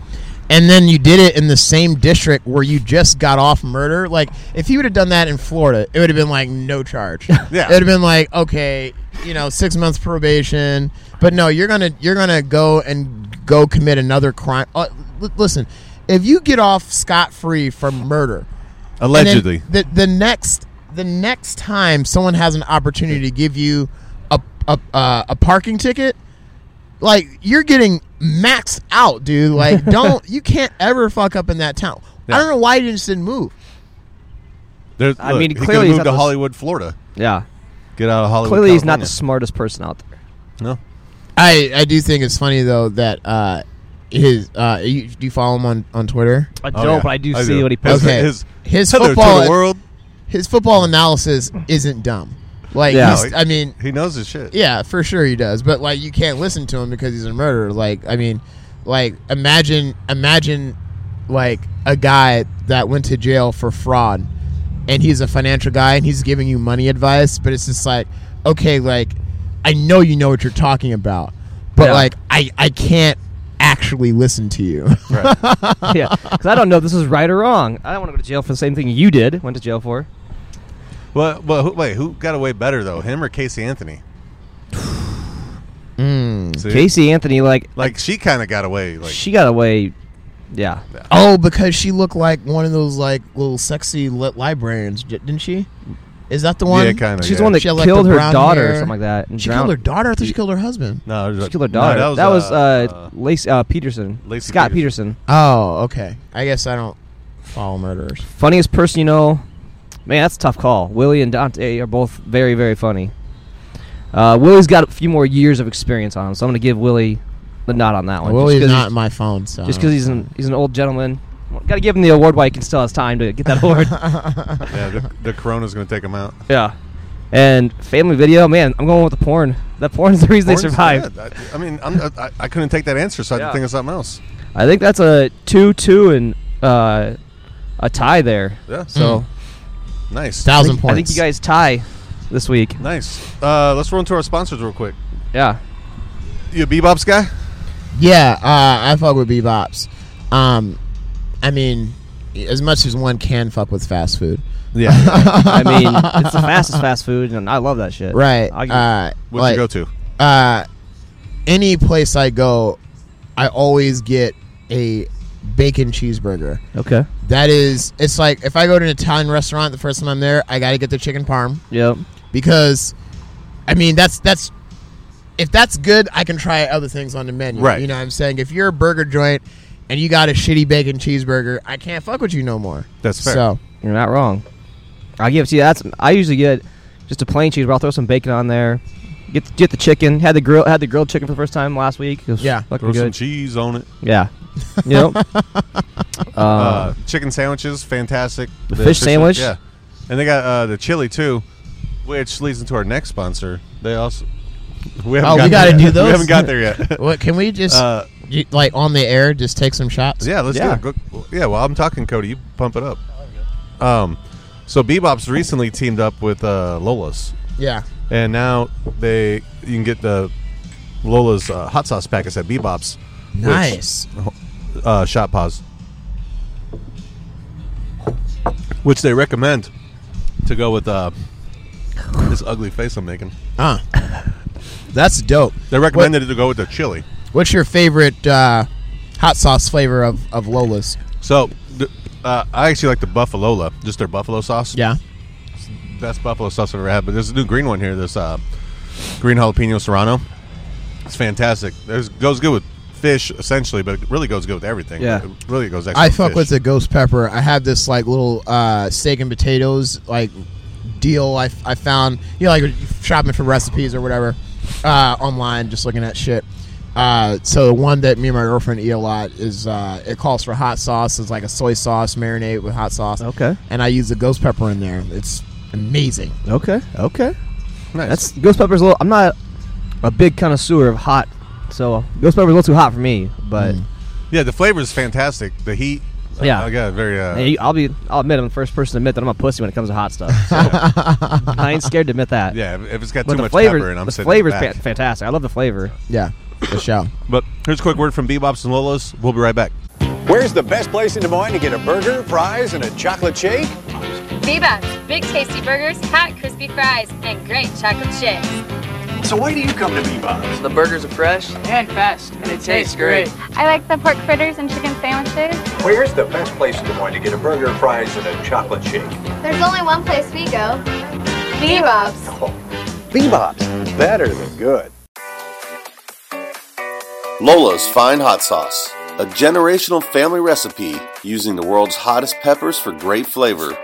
B: And then you did it in the same district where you just got off murder. Like, if you would have done that in Florida, it would have been like no charge. Yeah. It would have been like, okay, you know, six months probation. But no, you're gonna you're gonna go and go commit another crime. Uh, l- listen, if you get off scot free from murder, And then
C: Allegedly.
B: the, the next the next time someone has an opportunity to give you a a, uh, a parking ticket, like you're getting maxed out, dude. Like don't you can't ever fuck up in that town. I
C: Yeah.
B: don't know why you just didn't move.
C: There's,
A: I
C: look,
A: mean,
C: he
A: clearly he's not
C: moved to
A: the s-
C: Hollywood, Florida.
A: Yeah.
C: Get out of Hollywood.
A: Clearly, he's not the
C: California.
A: smartest person out there.
C: No.
B: I I do think it's funny though that uh his uh you, do you follow him on on Twitter?
A: I
C: Oh,
A: don't,
C: yeah.
A: but I do
C: I
A: see
C: do.
A: what he
C: His-
A: posts.
B: Okay.
C: His,
B: His
C: Hello
B: football-
C: to the world.
B: His football analysis isn't dumb. Like
A: Yeah.
B: he's, I mean,
C: He knows his shit.
B: Yeah, for sure he does. But like, you can't listen to him because he's a murderer. Like, I mean, like imagine, imagine, like a guy that went to jail for fraud, and he's a financial guy, and he's giving you money advice. But it's just like, okay, like I know you know what you're talking about, but
A: Yeah.
B: like I I can't actually listen to you.
C: Right.
A: yeah, because I don't know if this is right or wrong. I don't want to go to jail for the same thing you did. Went to jail for.
C: Well, well who, wait, who got away better though, him or Casey Anthony? See?
A: Hmm, Casey Anthony, like,
C: like she kind of got away. Like
A: she got away. Yeah,
B: oh, because she looked like one of those like little sexy li- librarians, j- didn't she? Is that the one?
C: yeah, kind of.
A: she's the one that
B: She had, like,
A: killed
B: the
A: her
B: brown
A: daughter
B: hair.
A: or something like that. And
B: She
A: drowned-
B: killed her daughter. I thought she killed her husband.
C: No,
A: She killed her daughter.
C: No,
A: that was, uh,
C: uh,
A: Lacey uh, Peterson.
C: Lacey
A: Scott Peterson.
C: Peterson.
B: Oh, okay. I guess I don't follow murderers.
A: Funniest person you know. Man, that's a tough call. Willie and Dante are both very, very funny. Uh, Willie's got a few more years of experience on him, so I'm going to give Willie the nod on that one. just
B: Willie's
A: 'cause
B: not
A: he's-
B: in my phone, so
A: just because he's
C: Uh-huh.
A: an he's an old gentleman. Got to give him the award while he can still has time to get that award.
C: uh, Yeah, the, the Corona's gonna take him out.
A: yeah. And family video, man, I'm going with the porn. That porn is the reason they
C: Porn's
A: survived.
C: good. I, I mean, I'm, I, I couldn't take that answer, so I had
A: Yeah.
C: to think of something else.
A: I think that's a two-two and uh, a tie there.
C: Yeah. Mm.
A: So
C: Nice.
B: thousand
A: I
B: points.
A: think you guys tie this week.
C: Nice. Uh, let's run to our sponsors real quick.
A: Yeah.
C: You a Bebop's guy?
B: Yeah, uh, I fuck with bebops. Um, I mean, as much as one can fuck with fast food,
C: Yeah.
A: I mean, it's the fastest fast food, and I love that shit.
B: right?
A: I'll give-
B: Uh,
C: What'd
B: like,
C: you go to?
B: uh, any place I go, I always get a bacon cheeseburger.
A: okay.
B: That is, it's like if I go to an Italian restaurant the first time I'm there, I got to get the chicken parm
A: Yep.
B: because, I mean, that's that's if that's good, I can try other things on the menu.
C: Right.
B: You know what I'm saying? If you're a burger joint and you got a shitty bacon cheeseburger, I can't fuck with you no more.
C: That's fair.
B: So
A: You're not wrong. I'll give it to you. That's I usually get just a plain cheeseburger. I'll throw some bacon on there. Get the, get the chicken. Had the grill. Had the grilled chicken for the first time last week. It was
B: Yeah.
A: fucking
C: Throw some
A: good.
C: cheese on it.
A: yeah. You know. uh,
C: Uh, chicken sandwiches, fantastic. The,
A: fish sandwich?
C: Yeah. And they got uh, the chili too, which leads into our next sponsor. They also. We haven't
B: Oh,
C: got
B: we gotta
C: there
B: do
C: yet.
B: those?
C: We haven't got there yet.
B: what can we just
C: Uh,
B: you- like on the air just take some shots?
C: Yeah, let's
A: Yeah.
C: do it. Go, yeah, well, I'm talking, Cody. You pump it up. Um, so Bebop's recently teamed up with uh, Lola's,
B: Yeah.
C: and now they you can get the Lola's uh, hot sauce packets at Bebop's. which-
B: Nice.
C: uh, shot pause, which they recommend to go with uh, this ugly face I'm making.
B: Ah, that's dope.
C: They recommended it to go with the chili.
B: What's your favorite uh, hot sauce flavor of, of Lola's?
C: So th- uh, I actually like the buffalola, just their buffalo sauce.
B: Yeah.
C: best buffalo sauce I've ever had. But there's a new green one here. This uh, green jalapeno serrano. It's fantastic. There's, goes good with fish essentially, but it really goes good with everything.
A: Yeah.
C: it really goes.
B: I
C: excellent
B: fuck
C: fish.
B: with the ghost pepper. I have this like little uh, steak and potatoes like deal I, I found. You know, like shopping for recipes or whatever uh, online, just looking at shit. Uh, so the one that me and my girlfriend eat a lot is uh, it calls for hot sauce. It's like a soy sauce marinade with hot sauce.
A: Okay.
B: And I use the ghost pepper in there. It's amazing.
A: okay. Okay.
C: Nice.
A: That's ghost pepper's a little. I'm not a big connoisseur of hot, so ghost pepper's a little too hot for me. But
C: yeah. The flavor is fantastic. The heat. uh,
A: Yeah.
C: I got very. Uh,
A: hey, I'll be. I'll admit I'm the first person to admit that I'm a pussy when it comes to hot stuff. So I ain't scared to admit that.
C: yeah, if- if it's got
A: But
C: too
A: the
C: much
A: flavor,
C: pepper, and I'm
A: the
C: sitting
A: flavor's
C: back.
A: fa- fantastic. I love the flavor.
B: Yeah, the show.
C: But here's a quick word from Bebops and Lolos. We'll be right back.
G: Where's the best place in Des Moines to get a burger, fries, and a chocolate shake?
H: Bebop's, big tasty burgers, hot crispy fries, and great chocolate chips.
G: So why do you come to Bebop's?
I: The burgers are fresh and fast, and it tastes great.
H: I like the pork fritters and chicken sandwiches.
G: Where's the best place in Des Moines to get a burger, fries, and a chocolate shake?
H: There's only one place we go. Bebop's.
G: Bebop's. Better than good.
J: Lola's Fine Hot Sauce, a generational family recipe using the world's hottest peppers for great flavor.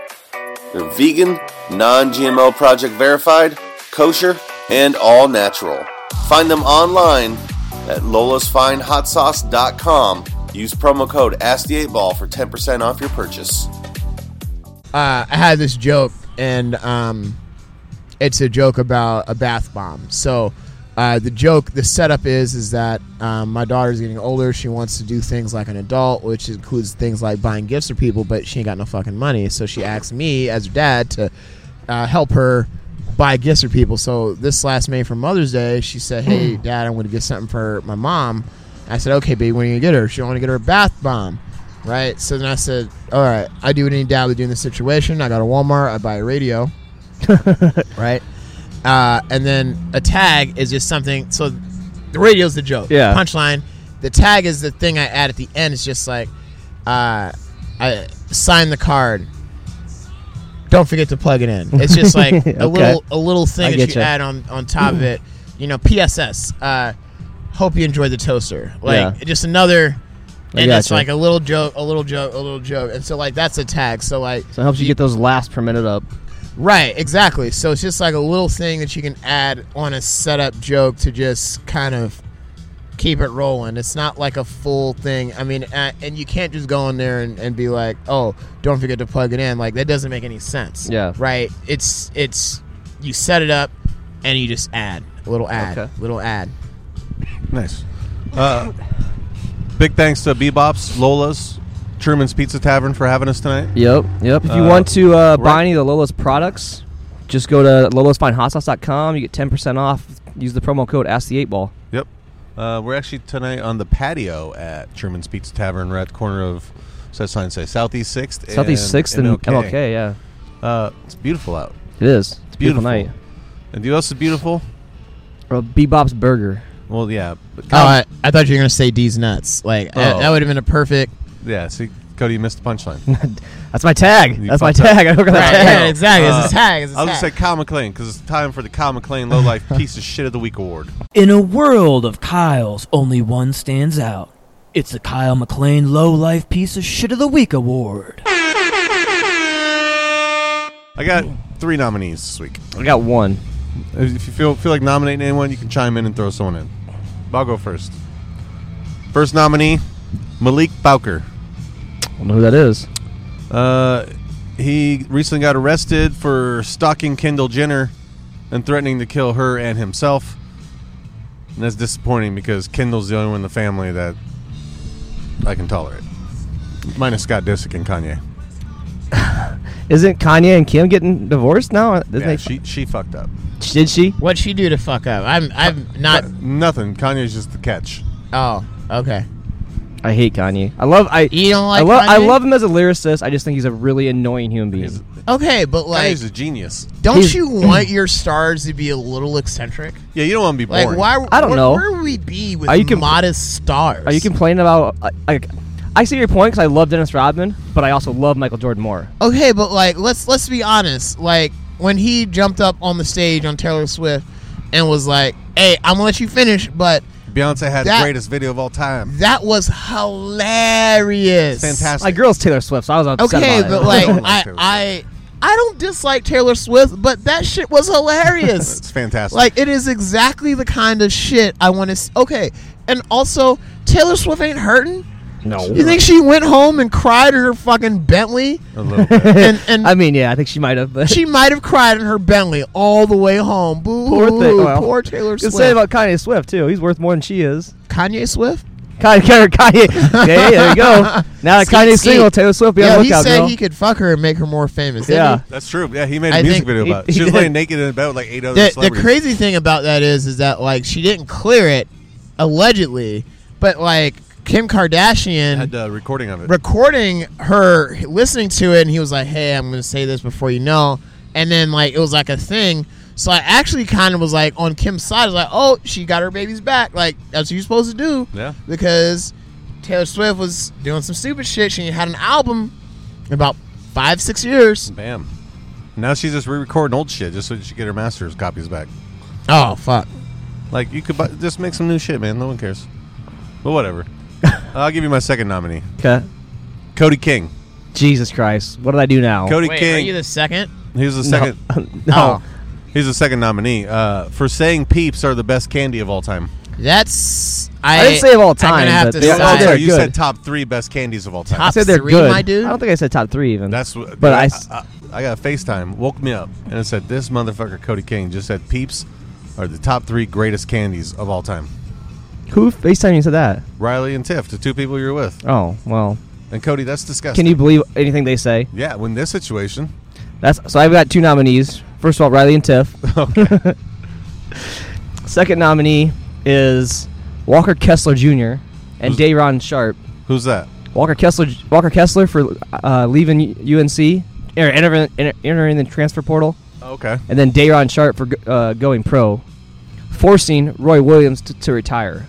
J: They're vegan, non GMO project verified, kosher, and all natural. Find them online at lolasfinehotsauce.com. Use promo code ASK8BALL for 10% off your purchase.
B: uh, I had this joke, and um, it's a joke about a bath bomb. So uh, the joke, the setup is, is that um, my daughter's getting older. She wants to do things like an adult, which includes things like buying gifts for people, but she ain't got no fucking money. So she asked me as her dad to uh, help her buy gifts for people. So this last May for Mother's Day, she said, "Hey, Dad, I'm going to get something for my mom." I said, "Okay, baby, when are you gonna get her? She want to get her a bath bomb." right? So then I said, all right, I do what any dad would do in this situation. I go to Walmart, I buy a radio, right? Uh, and then a tag is just something. So the radio's the joke,
A: Yeah.
B: Punchline. The tag is the thing I add at the end. It's just like, uh, I sign the card. Don't forget to plug it in. It's just like
A: Okay.
B: a little a little
A: I
B: thing that
A: get
B: you
A: ya.
B: add on on top of it. You know, PSS. Uh, hope you enjoyed the toaster. Like
A: Yeah.
B: just another
A: I
B: and it's
A: gotcha.
B: like a little joke, a little joke, a little joke, and so like that's a tag. So like,
A: So it helps you get those last per minute up.
B: right, exactly. So it's just like a little thing that you can add on a setup joke to just kind of keep it rolling. It's not like a full thing. I mean, a- and you can't just go in there and, and be like, oh, don't forget to plug it in. Like that doesn't make any sense.
A: Yeah.
B: Right. It's it's you set it up, and you just add a little ad,
A: Okay.
B: little ad.
C: Nice. Uh, big thanks to Bebop's, Lola's, Truman's Pizza Tavern for having us tonight.
A: Yep, yep. If you
C: Uh,
A: want to uh,
C: right.
A: buy any of the Lola's products, just go to lolosfinehotsauce.com. You get 10% off. Use the promo code Ask the Eight Ball.
C: Yep. Uh, we're actually tonight on the patio at Truman's Pizza Tavern. We're at the corner of, so that sign say Southeast Sixth.
A: Southeast Sixth and MLK. Yeah,
C: Uh, it's beautiful out.
A: it is. It's a beautiful,
C: Beautiful.
A: night.
C: And do you know what's beautiful?
A: Or Bebop's Burger.
C: Well, yeah. But
B: Oh, I, I thought you were gonna say D's nuts. Like that,
C: Oh.
B: would have been a perfect.
C: yeah. See, Cody, you missed the punchline.
A: That's my tag.
C: You
A: That's my
C: fucked up.
A: tag. I look at that
B: Right,
A: tag.
B: yeah, exactly. It's
C: Uh,
B: a tag. It's a
C: I'll just say
B: tag.
C: Kyle McLean because it's time for the Kyle McLean Low Life Piece of Shit of the Week Award.
K: In a world of Kyles, only one stands out. It's the Kyle McLean Low Life Piece of Shit of the Week Award.
C: I got three nominees this week.
A: I got one.
C: If you feel feel like nominating anyone, you can chime in and throw someone in. But I'll go first. First nominee, Malik Bowker.
A: I don't know who that is.
C: Uh, he recently got arrested for stalking Kendall Jenner and threatening to kill her and himself. And that's disappointing because Kendall's the only one in the family that I can tolerate. Minus Scott Disick and Kanye.
A: Isn't Kanye and Kim getting divorced now? Didn't
C: Yeah,
A: they-
C: she she fucked up.
A: did she?
B: What'd she do to fuck up? I'm I'm not.
C: Nothing. Kanye's just the catch.
B: Oh, okay.
A: I hate Kanye. I love I.
B: You don't like
A: I love I
B: Kanye?
A: love him as a lyricist. I just think he's a really annoying human being.
C: He's-
B: Okay, but like,
C: Kanye's a genius.
B: don't
A: he's-
B: you want your stars to be a little eccentric?
C: Yeah, you don't want to be
B: Like,
C: boring.
B: why?
A: I don't
B: where-
A: know.
B: Where would we be with
A: Are you com-
B: modest stars?
A: Are you complaining about I- I I see your point because I love Dennis Rodman, but I also love Michael Jordan more.
B: okay, but like, let's let's be honest. Like, when he jumped up on the stage on Taylor Swift and was like, "Hey, I'm gonna let you finish," but
C: Beyonce had
B: That-
C: the greatest video of all time.
B: that was hilarious.
C: Fantastic.
A: My girl's Taylor Swift, so I was upset.
B: Okay,
A: about it.
B: but
C: I
B: like,
C: don't like
B: I
C: Taylor
B: I I don't dislike Taylor Swift, but that shit was hilarious.
C: It's fantastic.
B: Like it is exactly the kind of shit I want to. S- okay, and also Taylor Swift ain't hurting.
A: no,
B: You think she went home and cried in her fucking Bentley,
C: a little bit.
B: and and
A: I mean, yeah, I think she might have. But
B: she might have cried in her Bentley all the way home. Boo!
A: poor thing. Well,
B: poor Taylor
A: you
B: Swift.
A: can say about Kanye Swift too. He's worth more than she is.
B: Kanye Swift.
A: Kanye, Kanye, Kanye yeah, there you go. Now that
B: Skeet,
A: Kanye's
B: skeet.
A: Uh, single, Taylor Swift be
B: yeah,
A: on the
B: he
A: lookout,
B: said
A: girl.
B: he could fuck her and make her more famous. didn't
A: yeah,
B: he?
C: That's true. Yeah, he made a
B: I
C: music
B: think
C: video
A: he-
C: about it.
A: he
C: She was
A: did.
C: laying naked in a bed with like eight other
B: the, the
C: celebrities.
B: crazy thing about that is is that like she didn't clear it allegedly but like kim kardashian
C: had the recording of it.
B: recording her listening to it and he was like hey i'm gonna say this before you know and then like it was like a thing so i actually kind of was like on kim's side I was like oh she got her babies back like that's what you're supposed to do
C: Yeah.
B: because taylor swift was doing some stupid shit she had an album in about five six years
C: Bam. Now she's just re-recording old shit just so she get her master's copies back.
B: oh fuck
C: Like you could buy, just make some new shit, man. No one cares. But whatever. I'll give you my second nominee,
A: okay.
C: Cody King.
A: Jesus Christ, what did I do now? Oh,
C: Cody
B: wait are
C: King.
B: you the second
C: he's the second. oh.
A: no,
C: He's the second nominee uh, for saying peeps are the best candy of all time.
B: That's I,
A: I didn't say of all
B: I'm
A: time,
B: gonna have
A: but
B: to
A: they
C: Yeah,
A: are all
C: I'm
B: side.
A: there.
C: sorry, you
A: good.
C: said top three best candies of all time.
A: I
B: Top
A: said they're
B: three,
A: good.
B: my dude?
A: I don't think I said top three even.
C: That's what.
A: But I
C: I,
A: s-
C: I, I got a FaceTime. Woke me up and it said, "This motherfucker Cody King just said Peeps are the top three greatest candies of all time."
A: who FaceTime you said that.
C: Riley and Tiff, the two people you're with,
A: Oh well,
C: and Cody. That's disgusting.
A: can you believe anything they say?
C: Yeah, when this situation,
A: That's so. I've got two nominees. First of all, Riley and Tiff. Second nominee is Walker Kessler Jr. and
C: Who's-
A: Dayron Sharp.
C: who's that?
A: Walker Kessler, Walker Kessler for uh, leaving UNC or entering, er, enter- entering the transfer portal,
C: Oh, Okay,
A: and then Dayron Sharp for uh, going pro, forcing Roy Williams to, to retire.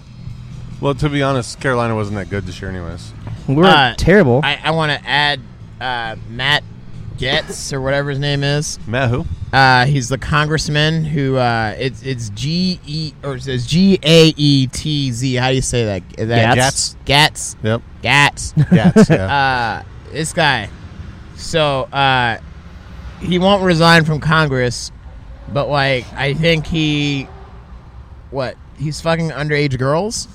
C: well, to be honest, Carolina wasn't that good this year, anyways.
A: We're
B: Uh,
A: terrible.
B: I, I want to add uh, Matt Getz or whatever his name is.
C: Matt, who?
B: Uh, he's the congressman who uh, it's it's G E or it says G A E T Z. How do you say that? that
C: Gatz.
B: Gatz.
C: Yep,
B: Gatz.
C: Gats. Yeah.
B: uh, this guy. So uh, he won't resign from Congress, but like I think he, what he's fucking underage girls.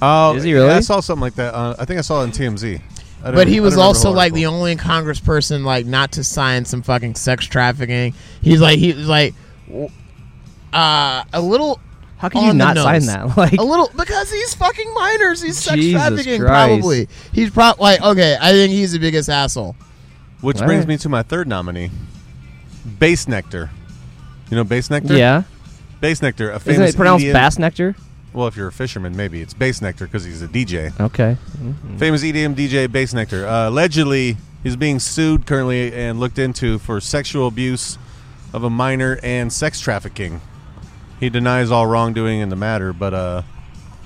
C: Oh,
A: Is he really?
C: yeah, I saw something like that. Uh, I think I saw it on TMZ. I don't- e-
B: But
C: I
B: he
C: don't
B: was
C: remember
B: also
C: who
B: like the only congressperson like not to sign some fucking sex trafficking. He's like he was like w- uh a little
A: How can you
B: on the
A: not sign
B: nose.
A: that? Like
B: a little because he's fucking minors. He's sex
A: Jesus
B: trafficking
A: Christ.
B: probably. He's probably like okay, I think he's the biggest asshole.
C: Which
A: All
C: brings
A: right.
C: me to my third nominee, Base Nectar. You know Base Nectar?
A: Yeah.
C: Base Nectar, a famous
A: Isn't it pronounced
C: EDM
A: Bass Nectar?
C: Well, if you're a fisherman, maybe it's Bass Nectar because he's a DJ.
A: Okay.
C: Famous E EDM DJ Bass Nectar. Uh, allegedly, he's being sued currently and looked into for sexual abuse of a minor and sex trafficking. He denies all wrongdoing in the matter, but uh,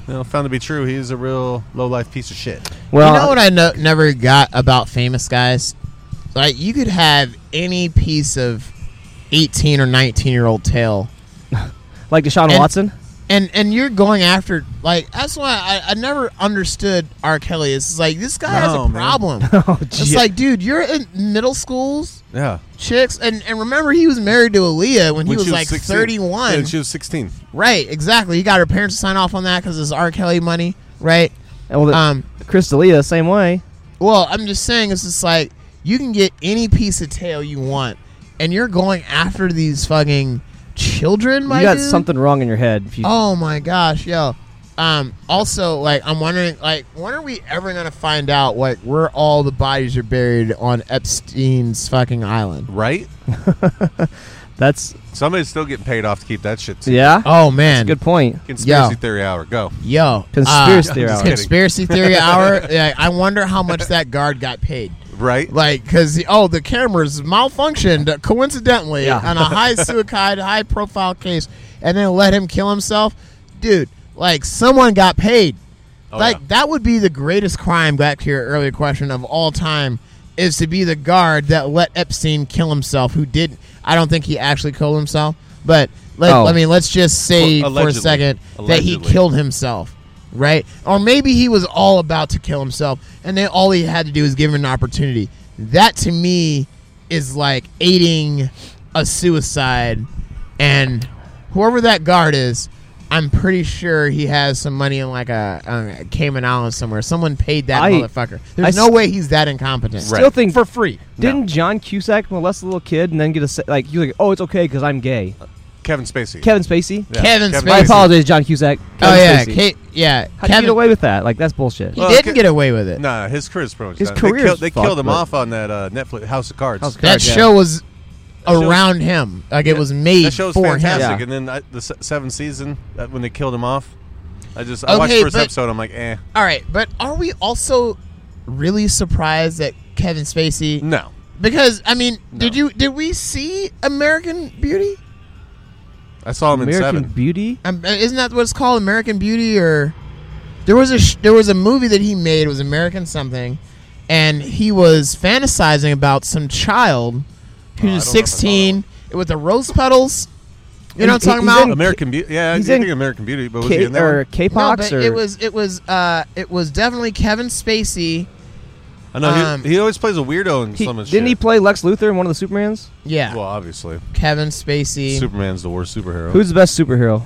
C: you know, found to be true. He's a real low life piece of shit.
B: you know what I no- never got about famous guys? Like you could have any piece of eighteen or nineteen year old tale,
A: like Deshaun
B: And-
A: Watson.
B: and and you're going after like that's why I, I never understood R. Kelly. It's like this guy has
C: No,
B: a
C: man.
B: problem.
A: Oh,
B: it's
A: gee.
B: like, dude, you're in middle schools,
C: Yeah,
B: chicks, and and remember he was married to Aaliyah when he
C: When
B: was,
C: she
B: like
C: 16
B: thirty one.
C: Yeah, she was sixteen.
B: Right, exactly. He got her parents to sign off on that because it's R. Kelly money, right?
A: And well, the-
B: Um,
A: Chris D'Elia, same way.
B: well, I'm just saying, it's just like you can get any piece of tail you want, and you're going after these fucking children. My
A: you got
B: dude?
A: something wrong in your head. If you,
B: Oh my gosh, yo. Um, also, like, I'm wondering, like, when are we ever gonna find out, like, where all the bodies are buried on Epstein's fucking island?
C: Right?
A: That's
C: Somebody's still getting paid off to keep that shit. secret.
A: yeah.
B: Oh man,
A: Good point.
C: Conspiracy
B: Yeah.
C: theory hour. Go.
B: yo,
A: Conspiracy
B: uh,
A: theory hour.
B: Conspiracy theory hour. Yeah, I wonder how much that guard got paid.
C: Right.
B: Like, because oh, the cameras malfunctioned coincidentally
A: Yeah.
B: on a high suicide, high profile case, and then let him kill himself, dude. Like, someone got paid.
C: Oh,
B: like,
C: yeah.
B: that would be the greatest crime. Back to your earlier question of all time is to be the guard that let Epstein kill himself, who didn't. I don't think he actually killed himself, but let,
A: Oh.
B: I mean, let's just say
C: Well,
B: for a
C: allegedly.
B: second that he
C: Allegedly.
B: killed himself. Right? Or maybe he was all about to kill himself and then all he had to do was give him an opportunity. That to me is like aiding a suicide and whoever that guard is, I'm pretty sure he has some money in like a, uh, Cayman Island somewhere. Someone paid that
A: I-
B: motherfucker. There's
A: I
B: no
A: s-
B: way he's that incompetent.
A: Still think
B: for free.
A: Didn't John Cusack molest a little kid and then get a se- like you like oh it's okay because I'm gay.
C: Kevin Spacey.
A: Kevin Spacey.
C: Yeah,
B: Kevin
A: I
B: Spacey.
A: apologize, John Cusack.
B: Oh
A: Kevin
B: yeah,
A: Spacey.
B: Ca- yeah.
A: How'd you get away with that? Like that's bullshit.
B: he
C: Well,
B: didn't
C: Ke-
B: get away with it.
C: No, his career's pretty much
A: His
C: done.
A: career's
C: they killed, they
A: fucked,
C: killed him
A: but-
C: off on that uh, Netflix House of Cards.
A: House of
B: That
A: Cards, yeah.
B: show was
C: show was-
B: around him. Like it was
C: That
B: made
C: show's
B: for him.
C: fantastic.
A: Yeah.
C: And then I, the se- seventh season, that, when they killed him off, I just I
B: Okay,
C: watched the first
B: but-
C: episode. I'm like, eh,
B: All right, but are we also really surprised that Kevin Spacey?
C: no.
B: Because I mean, did you did we see American Beauty?
C: I saw him
A: American
C: in seven.
A: Beauty.
B: Um, isn't that what it's called, American Beauty? Or there was a sh- there was a movie that he made. It was American something, and he was fantasizing about some child who's
C: Oh, I don't know if I saw that
B: 16 with the rose petals. You know
A: He-
B: what I'm talking
A: he's
B: about?
A: in
C: American Beauty. Yeah,
A: He's
C: you
A: in
C: think American Beauty, but was he
A: K-
C: in that
A: or
C: one?
B: No,
A: K-Pox
B: but
A: or
B: it was it was uh it was definitely Kevin Spacey.
C: I know he-
B: um,
C: he, always plays a weirdo in
A: he,
C: some of
A: didn't
C: his
A: he
C: shit.
A: play Lex Luthor in one of the Supermans?
B: Yeah,
C: Well, obviously,
B: Kevin Spacey,
C: Superman's the worst superhero.
A: Who's the best superhero?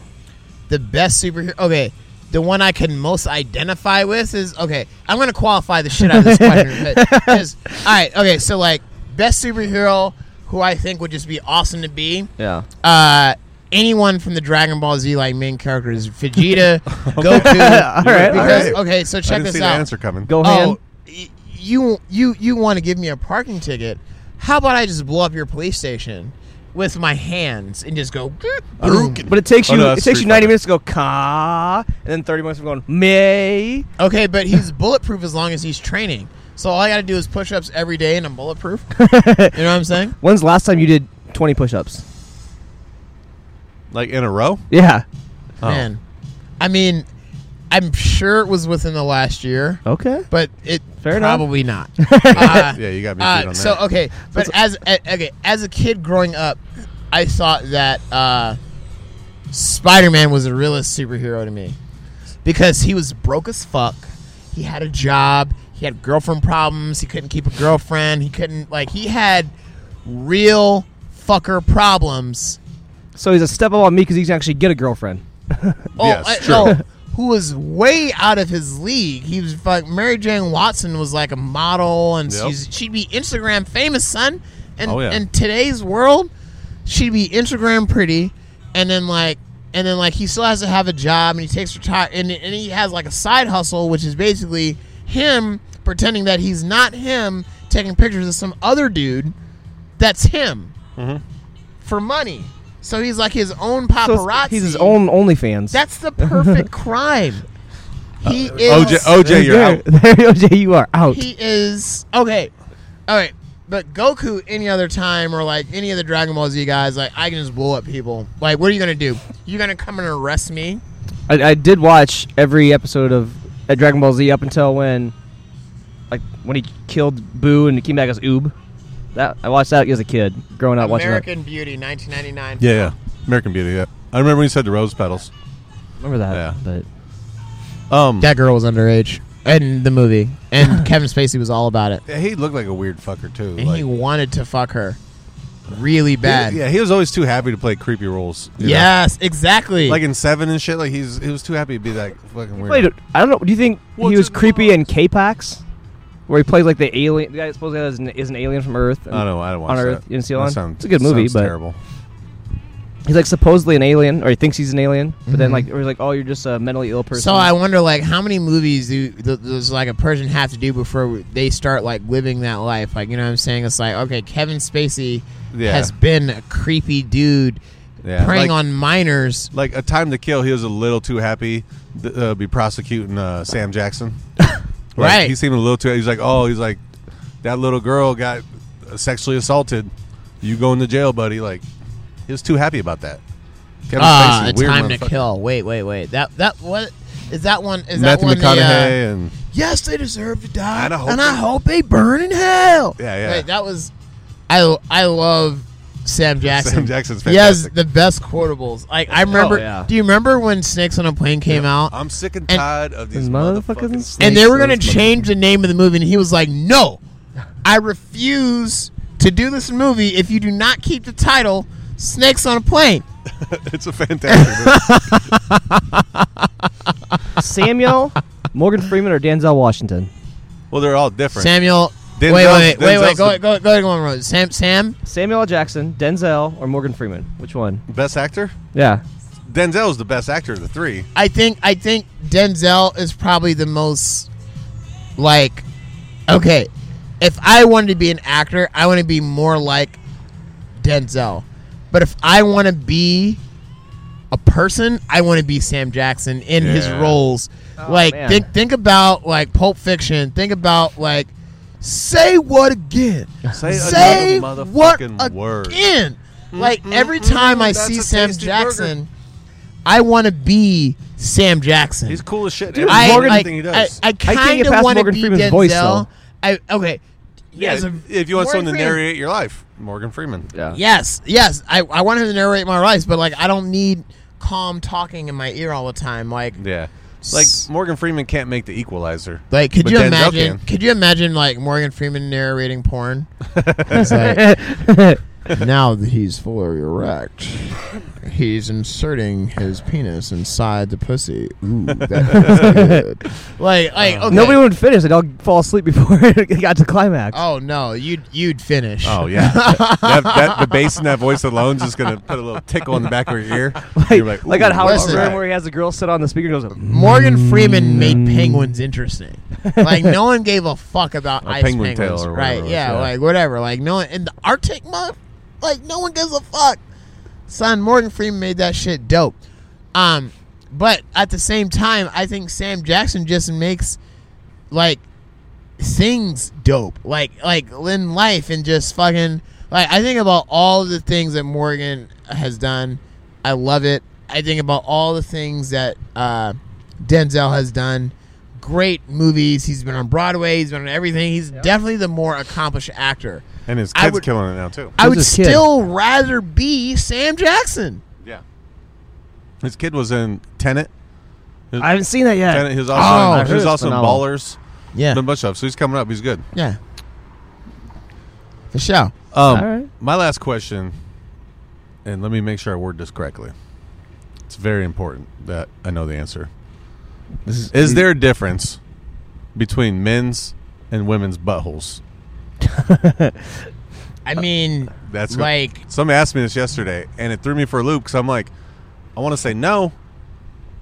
B: the best superhero. Okay, the one I can most identify with is okay. I'm gonna qualify the shit out of this question. but- 'cause- all right, okay, so like best superhero who I think would just be awesome to be.
A: Yeah.
B: Uh, anyone from the Dragon Ball Z like main characters, Vegeta, Goku.
A: All right. all
B: Because,
A: right.
B: okay, so
C: I
B: check
C: didn't
B: this
C: see
B: out.
C: the answer coming.
A: Gohan.
B: Oh, y- you you you want to give me a parking ticket? How about I just blow up your police station with my hands and just go? boom.
A: But it takes
C: Oh,
A: you
C: no,
A: it
C: that's
A: takes you
C: Street
A: 90
C: Fighter.
A: minutes to go ka and then 30 minutes of going may.
B: Okay, but he's bulletproof as long as he's training. So all I got to do is push-ups every day, and I'm bulletproof. you know what I'm saying?
A: When's the last time you did 20 push-ups?
C: Like in a row?
A: Yeah.
C: Oh.
B: Man, I mean, I'm sure it was within the last year,
A: Okay.
B: but it
A: Oh. Fair enough.
B: probably not. Uh,
C: Yeah, you got me beat
B: Uh,
C: on
B: so
C: that.
B: okay, but as a, okay as a kid growing up, I thought that uh, Spider Man was the realest superhero to me because he was broke as fuck. He had a job. He had girlfriend problems. He couldn't keep a girlfriend. He couldn't like he had real fucker problems.
A: So he's a step above me because he can actually get a girlfriend.
B: Oh,
C: Yes,
B: I-
C: true.
B: oh, who was way out of his league. He was like Mary Jane Watson was like a model, and
L: Yep.
B: she's, she'd be Instagram famous, son. And
L: Oh, yeah.
B: in today's world, she'd be Instagram pretty, and then like. And then, like, he still has to have a job, and he takes retire, and, and he has like a side hustle, which is basically him pretending that he's not him, taking pictures of some other dude that's him
C: Mm-hmm.
B: for money. So he's like his own paparazzi.
A: He's his own OnlyFans.
B: That's the perfect crime.
C: Uh,
B: He
C: OJ
B: is
C: OJ, you're
A: there,
C: out.
A: There, OJ, you are out.
B: He is okay. All right, but Goku any other time or like any of the Dragon Ball Z guys, like I can just blow up people. Like, what are you gonna do? You gonna come and arrest me?
A: I, I did watch every episode of uh, Dragon Ball Z up until when, like, when he killed Boo and he came back as Oob. That I watched that as a kid, growing up watching that.
B: American Beauty, 1999.
C: Yeah, yeah. American Beauty. Yeah, I remember when you said the rose petals.
A: Remember that?
C: Yeah.
A: But
C: um,
B: that girl was underage, and the movie, and Kevin Spacey was all about it,
C: Yeah, he looked like a weird fucker too.
B: and
C: like,
B: he wanted to fuck her, really bad.
C: yeah, he was always too happy to play creepy roles. you know?
B: Yes, exactly.
C: Like in Seven and shit. Like he's he was too happy to be like fucking weird.
A: Wait, I don't know. Do you think he was creepy in K-Pax, where he plays like the alien? The guy that's supposed to is an, is an alien from Earth.
C: I don't know, I don't
A: on
C: watch
A: Earth.
C: that.
A: You didn't see
C: That
A: it on?
C: sounds-
A: it's a good movie,
C: sounds
A: but
C: terrible.
A: He's like supposedly an alien, or he thinks he's an alien, but then
B: Mhm.
A: like, or he's like, oh, you're just a mentally ill person.
B: So I wonder, like, how many movies do th- does like a person have to do before they start like living that life? Like, you know what I'm saying? It's like, okay, Kevin Spacey
C: Yeah.
B: has been a creepy dude
C: Yeah,
B: preying
C: like-
B: on minors.
C: Like a Time to Kill, he was a little too happy to uh, be prosecuting uh, Sam Jackson. Like,
B: Right.
C: He seemed a little too. He's like, oh, he's like that little girl got sexually assaulted. You going to jail, buddy? Like he was too happy about that. Kevin
B: Ah,
C: Spacey,
B: a
C: weird
B: time to
C: motherfucker.
B: kill. Wait, wait, wait. That that what is that one? Is that
C: Matthew
B: one?
C: McConaughey
B: the, uh,
C: and
B: yes, they deserve to die,
C: And I hope
B: and
C: they-
B: I hope they burn in hell.
C: Yeah, yeah.
B: Wait, that was. I I love Sam Jackson.
C: Sam Jackson's
B: He has
C: fantastic. Oh,
B: the best quotables. Like I remember.
C: yeah.
B: Do you remember when Snakes on a Plane came out?
C: I'm sick and
B: And-
C: tired of these
A: motherfuckers.
C: motherfuckers.
B: and they were going to change the name of the movie, and he was like, "No, I refuse to do this movie if you do not keep the title Snakes on a Plane."
C: it's a fantastic
A: Samuel, Morgan Freeman, or Denzel Washington?
C: Well, they're all different.
B: Samuel. wait,
C: Denzel's-
B: wait, wait, wait, wait.
C: Denzel's
B: Go,
C: the-
B: go, go, go on, Rose. Sam, Sam.
A: Samuel L. Jackson, Denzel, or Morgan Freeman? Which one?
C: Best actor?
A: Yeah.
C: Denzel's the best actor of the three.
B: I think, I think Denzel is probably the most like. Okay, if I wanted to be an actor, I want to be more like Denzel. But if I want to be a person, I want to be Sam Jackson in his
L: Yeah.
B: roles.
L: Oh,
B: like
L: man.
B: think think about like Pulp Fiction. Think about like say what again?
L: Say another
B: what
L: motherfucking word.
B: again? Like every time I see Sam
L: tasty
B: Jackson, I want to be Sam Jackson. He's
C: cool as shit.
A: Dude, Morgan- everything he does.
B: I,
A: I can't get
B: kind of
A: past
B: want to
A: Morgan
B: be
A: Freeman's
B: Denzel.
A: voice, though.
B: I okay. Yes,
C: yeah,
B: a-
C: if you
B: Morgan
C: want someone to
B: Freeman.
C: narrate your life, Morgan Freeman.
A: Yeah.
B: Yes, yes. I, I want him to narrate my life, but like I don't need calm talking in my ear all the time. Like
C: Yeah. Like Morgan Freeman can't make the equalizer.
B: like could
C: But
B: you
C: Denzel
B: imagine
C: can.
B: could you imagine like Morgan Freeman narrating porn? It's like, now that he's fully erect, he's inserting his penis inside the pussy. Ooh, that is good. Like like
C: Oh.
B: okay.
A: Nobody would finish. They'd all fall asleep before it got to climax.
B: Oh no, you'd you'd finish.
C: Oh yeah, that, that, the bass in that voice alone is just gonna put a little tickle in the back of your ear. You're like,
A: Like on
C: "Ooh,
A: Howard
C: all
A: Stern,
C: right."
A: where he has a girl sit on the speaker, and goes. "Mm."
B: Morgan Freeman made
C: Mm.
B: penguins interesting. Like no one gave a fuck about
C: A
B: ice
C: penguin tail
B: penguins,
C: or whatever it
B: right?
C: was,
B: Yeah,
C: yeah.
B: like whatever. Like no one in the Arctic month. Like no one gives a fuck. Son, Morgan Freeman made that shit dope. Um, but at the same time, I think Sam Jackson just makes like things dope. Like like in life and just fucking like I think about all the things that Morgan has done. I love it. I think about all the things that uh, Denzel has done. Great movies. He's been on Broadway. He's been on everything. He's definitely the more accomplished actor.
C: And his
B: I
C: kid's
B: would-
C: killing it now too.
B: I would still rather be Sam Jackson.
C: Yeah. His kid was in Tenet.
A: I haven't seen that yet.
C: Tenet, he was
A: Oh,
C: also,
A: I
C: in, he
A: heard
C: was
A: it's
C: also in
A: phenomenal.
C: Ballers.
B: Yeah. Um,
C: Done a bunch of stuff. So he's coming up. He's good.
B: Yeah. For sure.
C: Um,
B: All right.
C: My last question, and let me make sure I word this correctly. It's very important that I know the answer. Is, there a difference between men's and women's buttholes?
B: I mean,
C: That's what-
B: like
C: somebody asked me this yesterday, and it threw me for a loop because I'm like, I want to say no,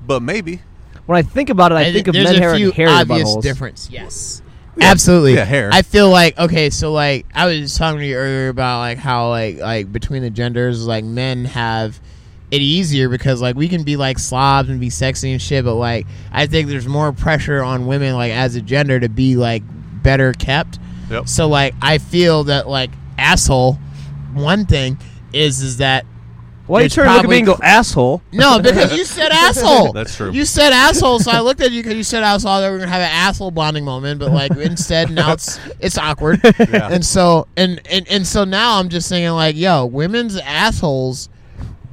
C: but maybe.
A: When I think about it, I
B: Uh,
A: think of
B: there's
A: men
B: a
A: hair
B: few
A: and hair
B: obvious
A: buttholes.
B: difference. Yes, absolutely.
C: Yeah, hair.
B: I feel like okay, so like I was just talking to you earlier about like how like like between the genders, like men have it easier because like we can be like slobs and be sexy and shit, but like I think there's more pressure on women like as a gender to be like better kept.
C: Yep.
B: So like I feel that like asshole, one thing is is that
A: Why you
B: there's
A: turn to look at
B: probably-
A: me and go asshole?
B: no, because you said asshole.
C: That's true.
B: You said asshole, so I looked at you because you said asshole. I thought we were gonna have an asshole bonding moment, but like instead now it's it's awkward.
C: Yeah.
B: And so and, and and so now I'm just thinking like, yo, women's assholes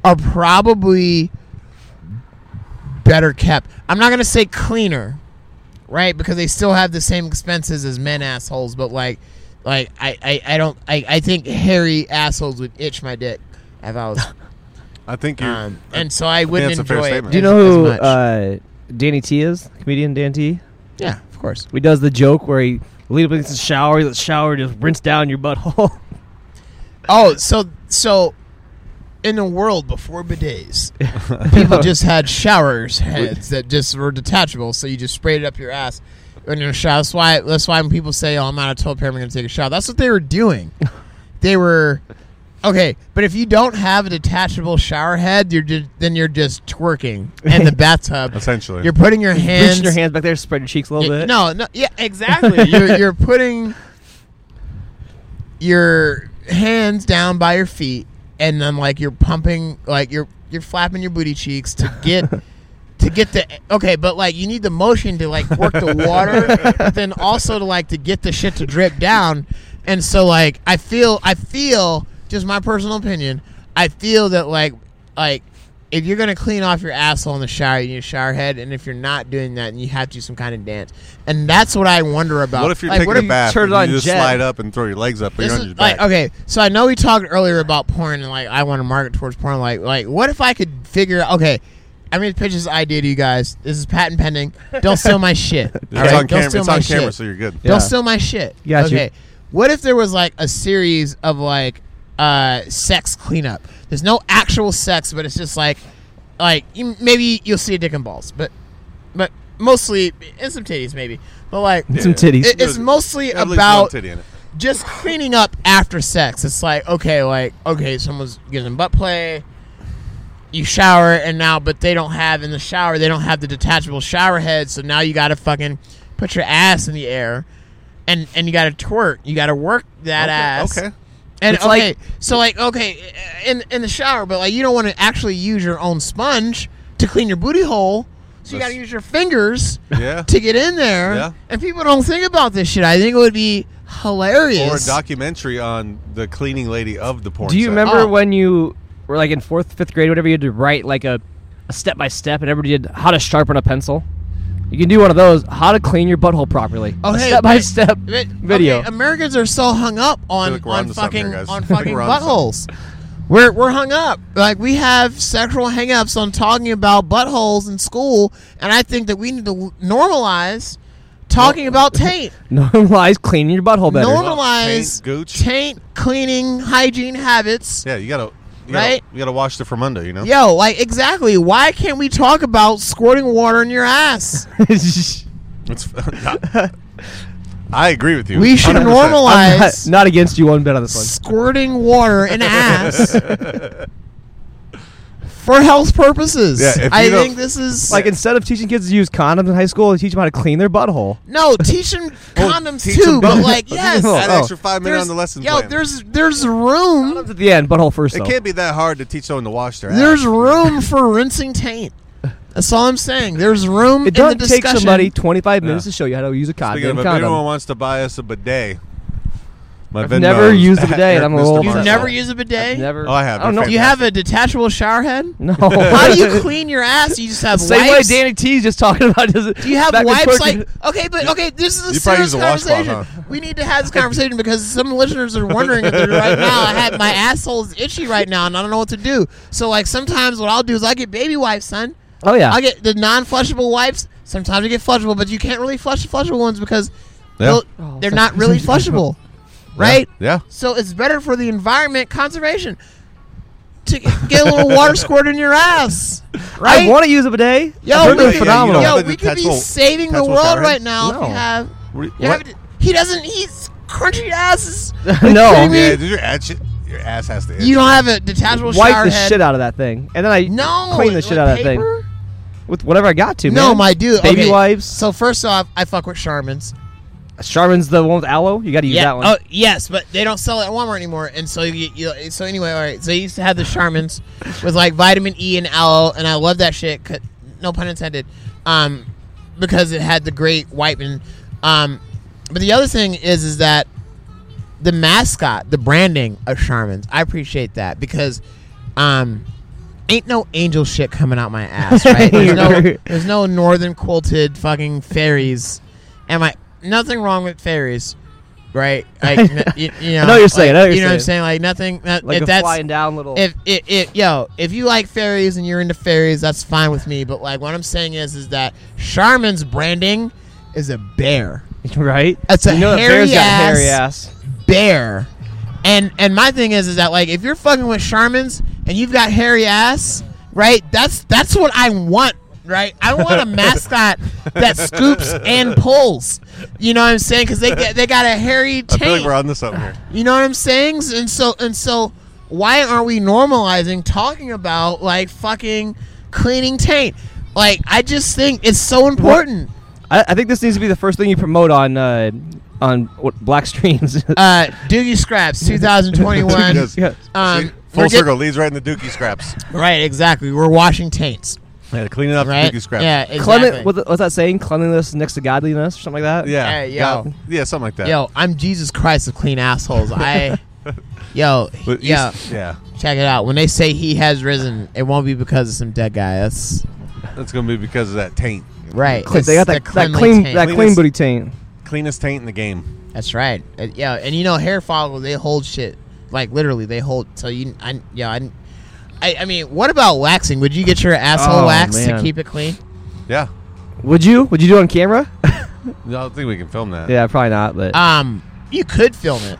B: are probably better kept. I'm not gonna say cleaner, right? Because they still have the same expenses as men assholes, but like like I, I, I don't I, I think hairy assholes would itch my dick if I was
C: I think you.
B: um, and so I wouldn't
C: that's a fair
B: enjoy it.
C: statement.
A: Do you
B: as-
A: know who
B: as much.
A: uh, Danny T is? Comedian Dan T.
B: yeah, of course.
A: He does the joke where he lead up against the shower, he lets the shower just rinse down your butthole.
B: Oh, so so in the world before bidets, people just had showers heads that just were detachable, so you just sprayed it up your ass. When you're shower. That's why. That's why when people say, "Oh, I'm out of toilet paper, I'm going to take a shower," that's what they were doing. they were okay, but if you don't have a detachable shower head, you're just, then you're just twerking in the bathtub.
C: Essentially.
B: you're putting your hands.
A: Reaching your hands back there, spread your cheeks a little
B: Y-
A: bit.
B: No, no, yeah, exactly. you're, you're putting your hands down by your feet, and then like you're pumping, like you're you're flapping your booty cheeks to get to get the okay, but like you need the motion to like work the water, but then also to like to get the shit to drip down, and so like I feel I feel just my personal opinion, I feel that like like. If you're gonna clean off your asshole in the shower, you need a shower head, and if you're not doing that, then you have to do some kind of dance, and that's what I wonder about.
C: what if you're
B: Like,
C: taking
B: are
C: a bath
A: turn
C: and
A: on
C: you just
A: Jet?
C: slide up and throw your legs up and
B: this
C: you're on
B: is-
C: your back?
B: like okay, so I know we talked earlier about porn and like I want to market towards porn. Like like what if I could figure out okay. I'm gonna pitch this idea to you guys. This is patent pending. Don't steal my shit.
C: It's
B: alright?
C: on
B: Don't
C: camera.
B: steal
C: It's
B: my
C: on
B: shit.
C: camera, so you're good.
A: Yeah.
B: Don't steal my shit.
A: Got you.
B: okay. What if there was like a series of like uh sex cleanup? There's no actual sex, but it's just like like you, maybe you'll see a dick and balls, but but mostly and some titties maybe. But like
A: Some titties.
B: it- it's mostly
C: At least one
B: about
C: titty in it.
B: just cleaning up after sex. It's like, okay, like, okay, someone's getting butt play. You shower, and now, but they don't have in the shower, they don't have the detachable shower head. So now you got to fucking put your ass in the air and and you got to twerk. You got to work that
C: Okay,
B: ass.
C: okay.
B: And
A: It's
B: okay,
A: like-
B: so like okay, in in the shower, but like you don't want to actually use your own sponge to clean your booty hole, so you got
C: That's-
B: to use your fingers
C: Yeah.
B: to get in there.
C: Yeah.
B: And people don't think about this shit. I think it would be
C: Or a
B: hilarious.
C: documentary on the cleaning lady of the porn.
A: Do you
C: site.
A: remember
B: Oh.
A: when you were like in fourth, fifth grade, whatever you had to write like a a step by step, and everybody did how to sharpen a pencil? You can do one of those. How to clean your butthole properly.
B: Oh,
A: a
B: hey,
A: step by
B: but-
A: step
B: But-
A: video.
B: okay, Americans are so hung up on,
C: like we're
B: on
C: onto something
B: fucking
C: here, guys. I
B: on
C: think
B: fucking
C: we're onto
B: buttholes. We're we're hung up. Like we have sexual hangups on talking about buttholes in school, and I think that we need to normalize talking about taint.
A: Normalize cleaning your butthole better.
B: normalize
C: Taint, gooch.
B: taint cleaning hygiene habits.
C: Yeah, you gotta, you gotta-
B: Right?
C: You gotta wash the Fermundo, you know.
B: Yo, like exactly. Why can't we talk about squirting water in your ass?
C: It's, I agree with you.
B: We should
C: 100%.
A: I'm not,
B: normalize
A: not against you one bit on this one.
B: squirting water in ass for health purposes.
C: Yeah, if
B: I
C: you don't-
B: think this is
A: Like instead of teaching kids to use condoms in high school, teach them how to clean their butthole.
B: no teach them condoms
C: teach
B: too,
C: 'em
B: but
C: both.
B: like yes,
A: Oh,
C: Add an
A: oh.
C: extra five minutes on the lesson
B: yo,
C: plan.
B: there's there's room,
A: Condoms at the end, butthole first.
C: it
A: though.
C: can't be that hard to teach someone to wash their.
B: there's
C: ass.
B: room for rinsing taint. That's all I'm saying. There's room
A: It
B: in the
A: doesn't take
B: discussion.
A: somebody 25 minutes
C: Yeah.
A: to show you how to use a
C: Speaking
A: condom.
C: of, if
A: condom.
C: anyone wants to buy us a bidet, my
A: I've
C: Venmo
A: never
C: is
A: used a
C: at
A: bidet, and I'm a
C: Mr.
A: little
B: You
A: Marcel.
C: Marcel.
B: never use a bidet.
A: I've never.
C: Oh, I have.
A: I don't
C: They're
A: know.
B: Do you have a detachable shower head?
A: No.
B: How do you clean your ass? You just have
A: Same
B: wipes.
A: way Danny T's just talking about. Does
B: Do you have
A: back and
B: wipes?
A: forth.
B: Like, okay, but okay, this is a
C: You probably
B: serious
C: use a washcloth,
B: conversation. We need to have this conversation because some listeners are wondering if they're right now. I have my asshole is itchy right now, and I don't know what to do. So, like, sometimes what I'll do is I get baby wipes, son.
A: oh yeah.
B: I get the non-flushable wipes. Sometimes you get flushable, but you can't really flush the flushable ones because
C: Yeah.
B: they'll-
C: Oh,
B: they're
C: fuck.
B: not really flushable, right?
C: Yeah.
B: So it's better for the environment conservation to get a little water squirt in your ass,
A: I
B: right?
A: want to use a bidet.
B: Yo,
A: I've heard
B: we-
A: they're
B: yeah, you
A: phenomenal.
B: know, Yo, we could be saving the world right now if you have.
C: What-
B: you have it- he doesn't. He's crunchy asses.
A: no,
C: Yeah, dude, your ass, your ass has to. Itch.
B: You don't have a detachable
A: wipe
B: shower
A: the
B: head.
A: shit out of that thing, and then I
B: No,
A: clean the
B: like
A: shit out of that thing
B: paper?
A: with whatever I got to.
B: No,
A: man.
B: my dude.
A: baby
B: okay.
A: wipes.
B: So first off, I fuck with Charmin's.
A: Charmin's the one with aloe. You got to use
B: yeah.
A: that one.
B: Oh yes, but they don't sell it at Walmart anymore, and so you, you so anyway, all right. So you used to have the Charmin's with like vitamin E and aloe, and I love that shit. 'cause- no pun intended, um, because it had the great wiping. Um, but the other thing is, is that the mascot, the branding of Charmin's, I appreciate that because, um. Ain't no angel shit coming out my ass, right? There's no, there's no northern quilted fucking fairies. Am I nothing wrong with fairies, right? Like, n- you, you
A: I know
B: know,
A: what you're
B: like,
A: saying, I know what you're
B: you know what
A: saying.
B: I'm saying? Like nothing. Not,
A: Like
B: if
A: a
B: that's
A: flying down little-
B: If it, it, yo, if you like fairies and you're into fairies, that's fine with me. But like, what I'm saying is, is that Charmin's branding is a bear.
A: right?
B: That's a
A: you know that
B: hairy,
A: bear's got
B: ass
A: hairy ass.
B: bear. And and my thing is is that like if you're fucking with Charmin's and you've got hairy ass, right? That's that's what I want, right? I want a mascot that scoops and pulls. You know what I'm saying? Because they get, they got a hairy
C: I
B: taint.
C: feel like we're on to something here.
B: You know what I'm saying? And so and so why aren't we normalizing talking about like fucking cleaning taint? Like I just think it's so important.
A: I, I think this needs to be the first thing you promote on uh, on what, Black Streams.
B: Uh Doogie Scraps 2021.
C: Yes.
A: Yeah.
B: Um
C: Full
B: we're get-
C: circle leads right into Dookie scraps.
B: Right, exactly. We're washing taints.
C: Yeah, cleaning up
B: Right?
C: Dookie scraps.
B: Yeah, exactly.
A: Clement, what, what's that saying? Cleanliness next to godliness, or something like that.
C: Yeah.
B: Hey, yo.
C: got- yeah, something like that.
B: Yo, I'm Jesus Christ of clean assholes. I, yo,
C: But you
B: yo,
C: s- yeah.
B: check it out. When they say he has risen, it won't be because of some dead guy. That's
C: That's gonna be because of that taint.
B: right.
A: Cle- they got
B: It's the
A: that, that
B: cleanly
A: clean
B: taint.
A: that clean
C: Cleanest-
A: booty taint.
C: Cleanest taint in the game.
B: That's right. Uh, yeah, and you know, hair follicles they hold shit. Like literally, they hold. So you, I, yeah, I, I, I mean, what about waxing? Would you get your asshole
A: Oh,
B: waxed to
A: man.
B: keep it clean?
C: Yeah.
A: Would you? Would you do it on camera?
C: No, I don't think we can film that.
A: yeah, probably not. But
B: Um, you could film it.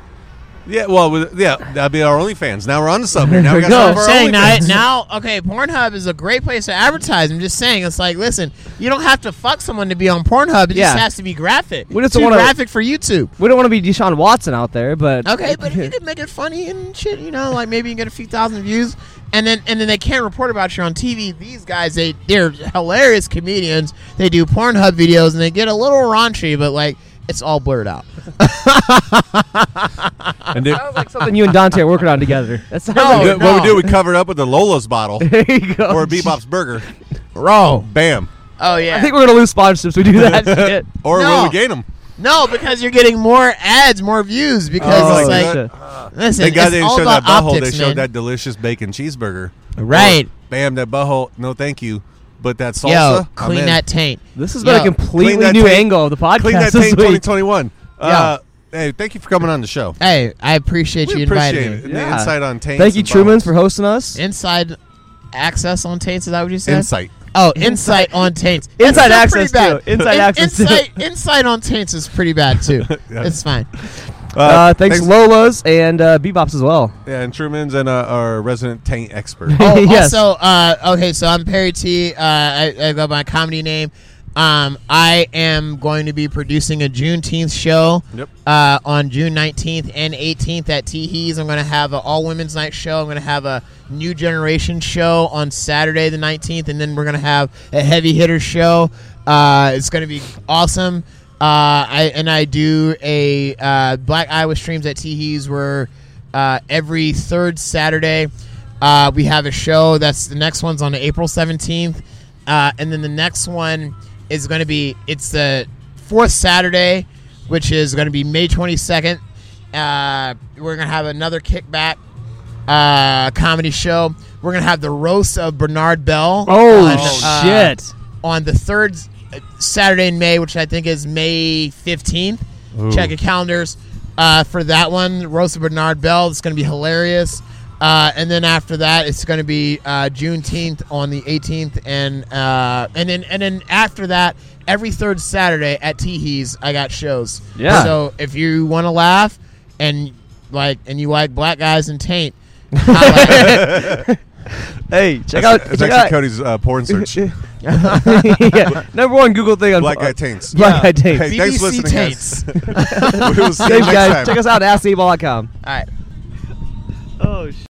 C: Yeah. Well, with, yeah, that'd be our OnlyFans. Now we're on to something. here. Now we got
B: No,
C: no,
B: I'm
C: for our
B: saying now,
C: OnlyFans.
B: now, okay, Pornhub is a great place to advertise. I'm just saying, it's like, listen, you don't have to fuck someone to be on Pornhub. It
A: Yeah.
B: just has to be graphic.
A: We just
B: Too
A: don't wanna-
B: graphic for YouTube.
A: we don't want to be Deshaun Watson out there. But
B: Okay, but if you could make it funny and shit, you know, like maybe you get a few thousand views, and then and then they can't report about you on TV. These guys, they they're hilarious comedians. They do Pornhub videos and they get a little raunchy, but like it's all blurred out.
C: And then-
A: sounds like something you and Dante are working on together. That sounds
B: Oh, No.
A: like
C: what we do, we cover it up with the Lola's bottle
A: there you go.
C: or a Bebop's burger.
B: Bro,
C: Bam.
B: oh yeah,
A: I think we're gonna lose sponsorships. We do that shit.
C: Or
B: No.
C: will we gain them?
B: no, because you're getting more ads, more views because
A: Oh,
B: it's like.
A: gotcha.
B: Listen,
C: Thank God
B: it's
C: they didn't
B: all
C: show that
B: about
C: butthole.
B: optics,
C: they showed
B: man.
C: that delicious bacon cheeseburger.
B: Right.
C: Or, bam, that butthole. No, thank you. But that salsa.
B: Yo,
C: I'm
B: clean
C: in.
B: that taint.
A: This has been a
B: Yo,
C: Clean
A: completely
C: that
A: new
C: taint.
A: angle of the podcast.
C: Clean that
A: this
C: tape.
A: week.
C: 2021. Uh, hey, thank you for coming on the show.
B: Hey, I appreciate
C: We
B: you
C: appreciate
B: inviting
C: it.
B: me.
C: And The
A: Yeah.
C: insight on tanks.
A: Thank you,
C: and
A: Truman,
C: bottles.
A: for hosting us.
C: Uh,
B: Inside access on taints, is that what you said?
C: insight.
B: Oh, insight on taints.
A: Inside
B: That's
A: access,
B: still
A: too.
B: pretty bad.
A: Inside
B: In-
A: access, too.
B: Insight, insight on taints is pretty bad too.
C: Yeah.
B: It's fine.
A: Uh, thanks, Lola's and uh, Bebops as well.
C: Yeah, and Truman's and uh, our resident taint expert.
B: Oh,
A: Yes.
B: also, uh, okay, so I'm Perry T. Uh, I, I go by my comedy name. Um, I am going to be producing a Juneteenth show
C: Yep.
B: uh, on June 19th and 18th at Teehees. I'm going to have an all women's night show. I'm going to have a new generation show on Saturday the 19th, and then we're going to have a heavy hitter show. Uh, it's going to be awesome. Uh, I and I do a uh, Black Iowa streams at Teehees where uh, every third Saturday uh, we have a show. That's the next one's on April 17th, uh, and then the next one is going to be it's the fourth Saturday, which is going to be May 22nd. Uh, we're going to have another kickback uh, comedy show. We're going to have the roast of Bernard Bell. on, uh, on the third uh, Saturday in May, which I think is May 15th. Check your calendars uh, for that one. Roast of Bernard Bell. It's going to be hilarious. Uh, and then after that, it's going to be uh, Juneteenth on the 18th, and uh, and then and then after that, every third Saturday at Teehee's, I got shows.
A: Yeah.
B: So if you want to laugh and like and you like black guys and taint, holla.
A: Hey, check
C: That's-
A: out.
C: that's
A: check
C: actually
A: out-
C: Cody's, uh, porn search.
A: yeah, number one Google thing on
C: Black guy taints.
A: Black
B: Yeah.
A: guy taints.
C: Hey, thanks for BBC listening, guys. taints. We will see you
A: Thanks,
C: next
A: guys.
C: time.
A: Check us out at AskTheEvil.com.
B: All right.
A: Oh,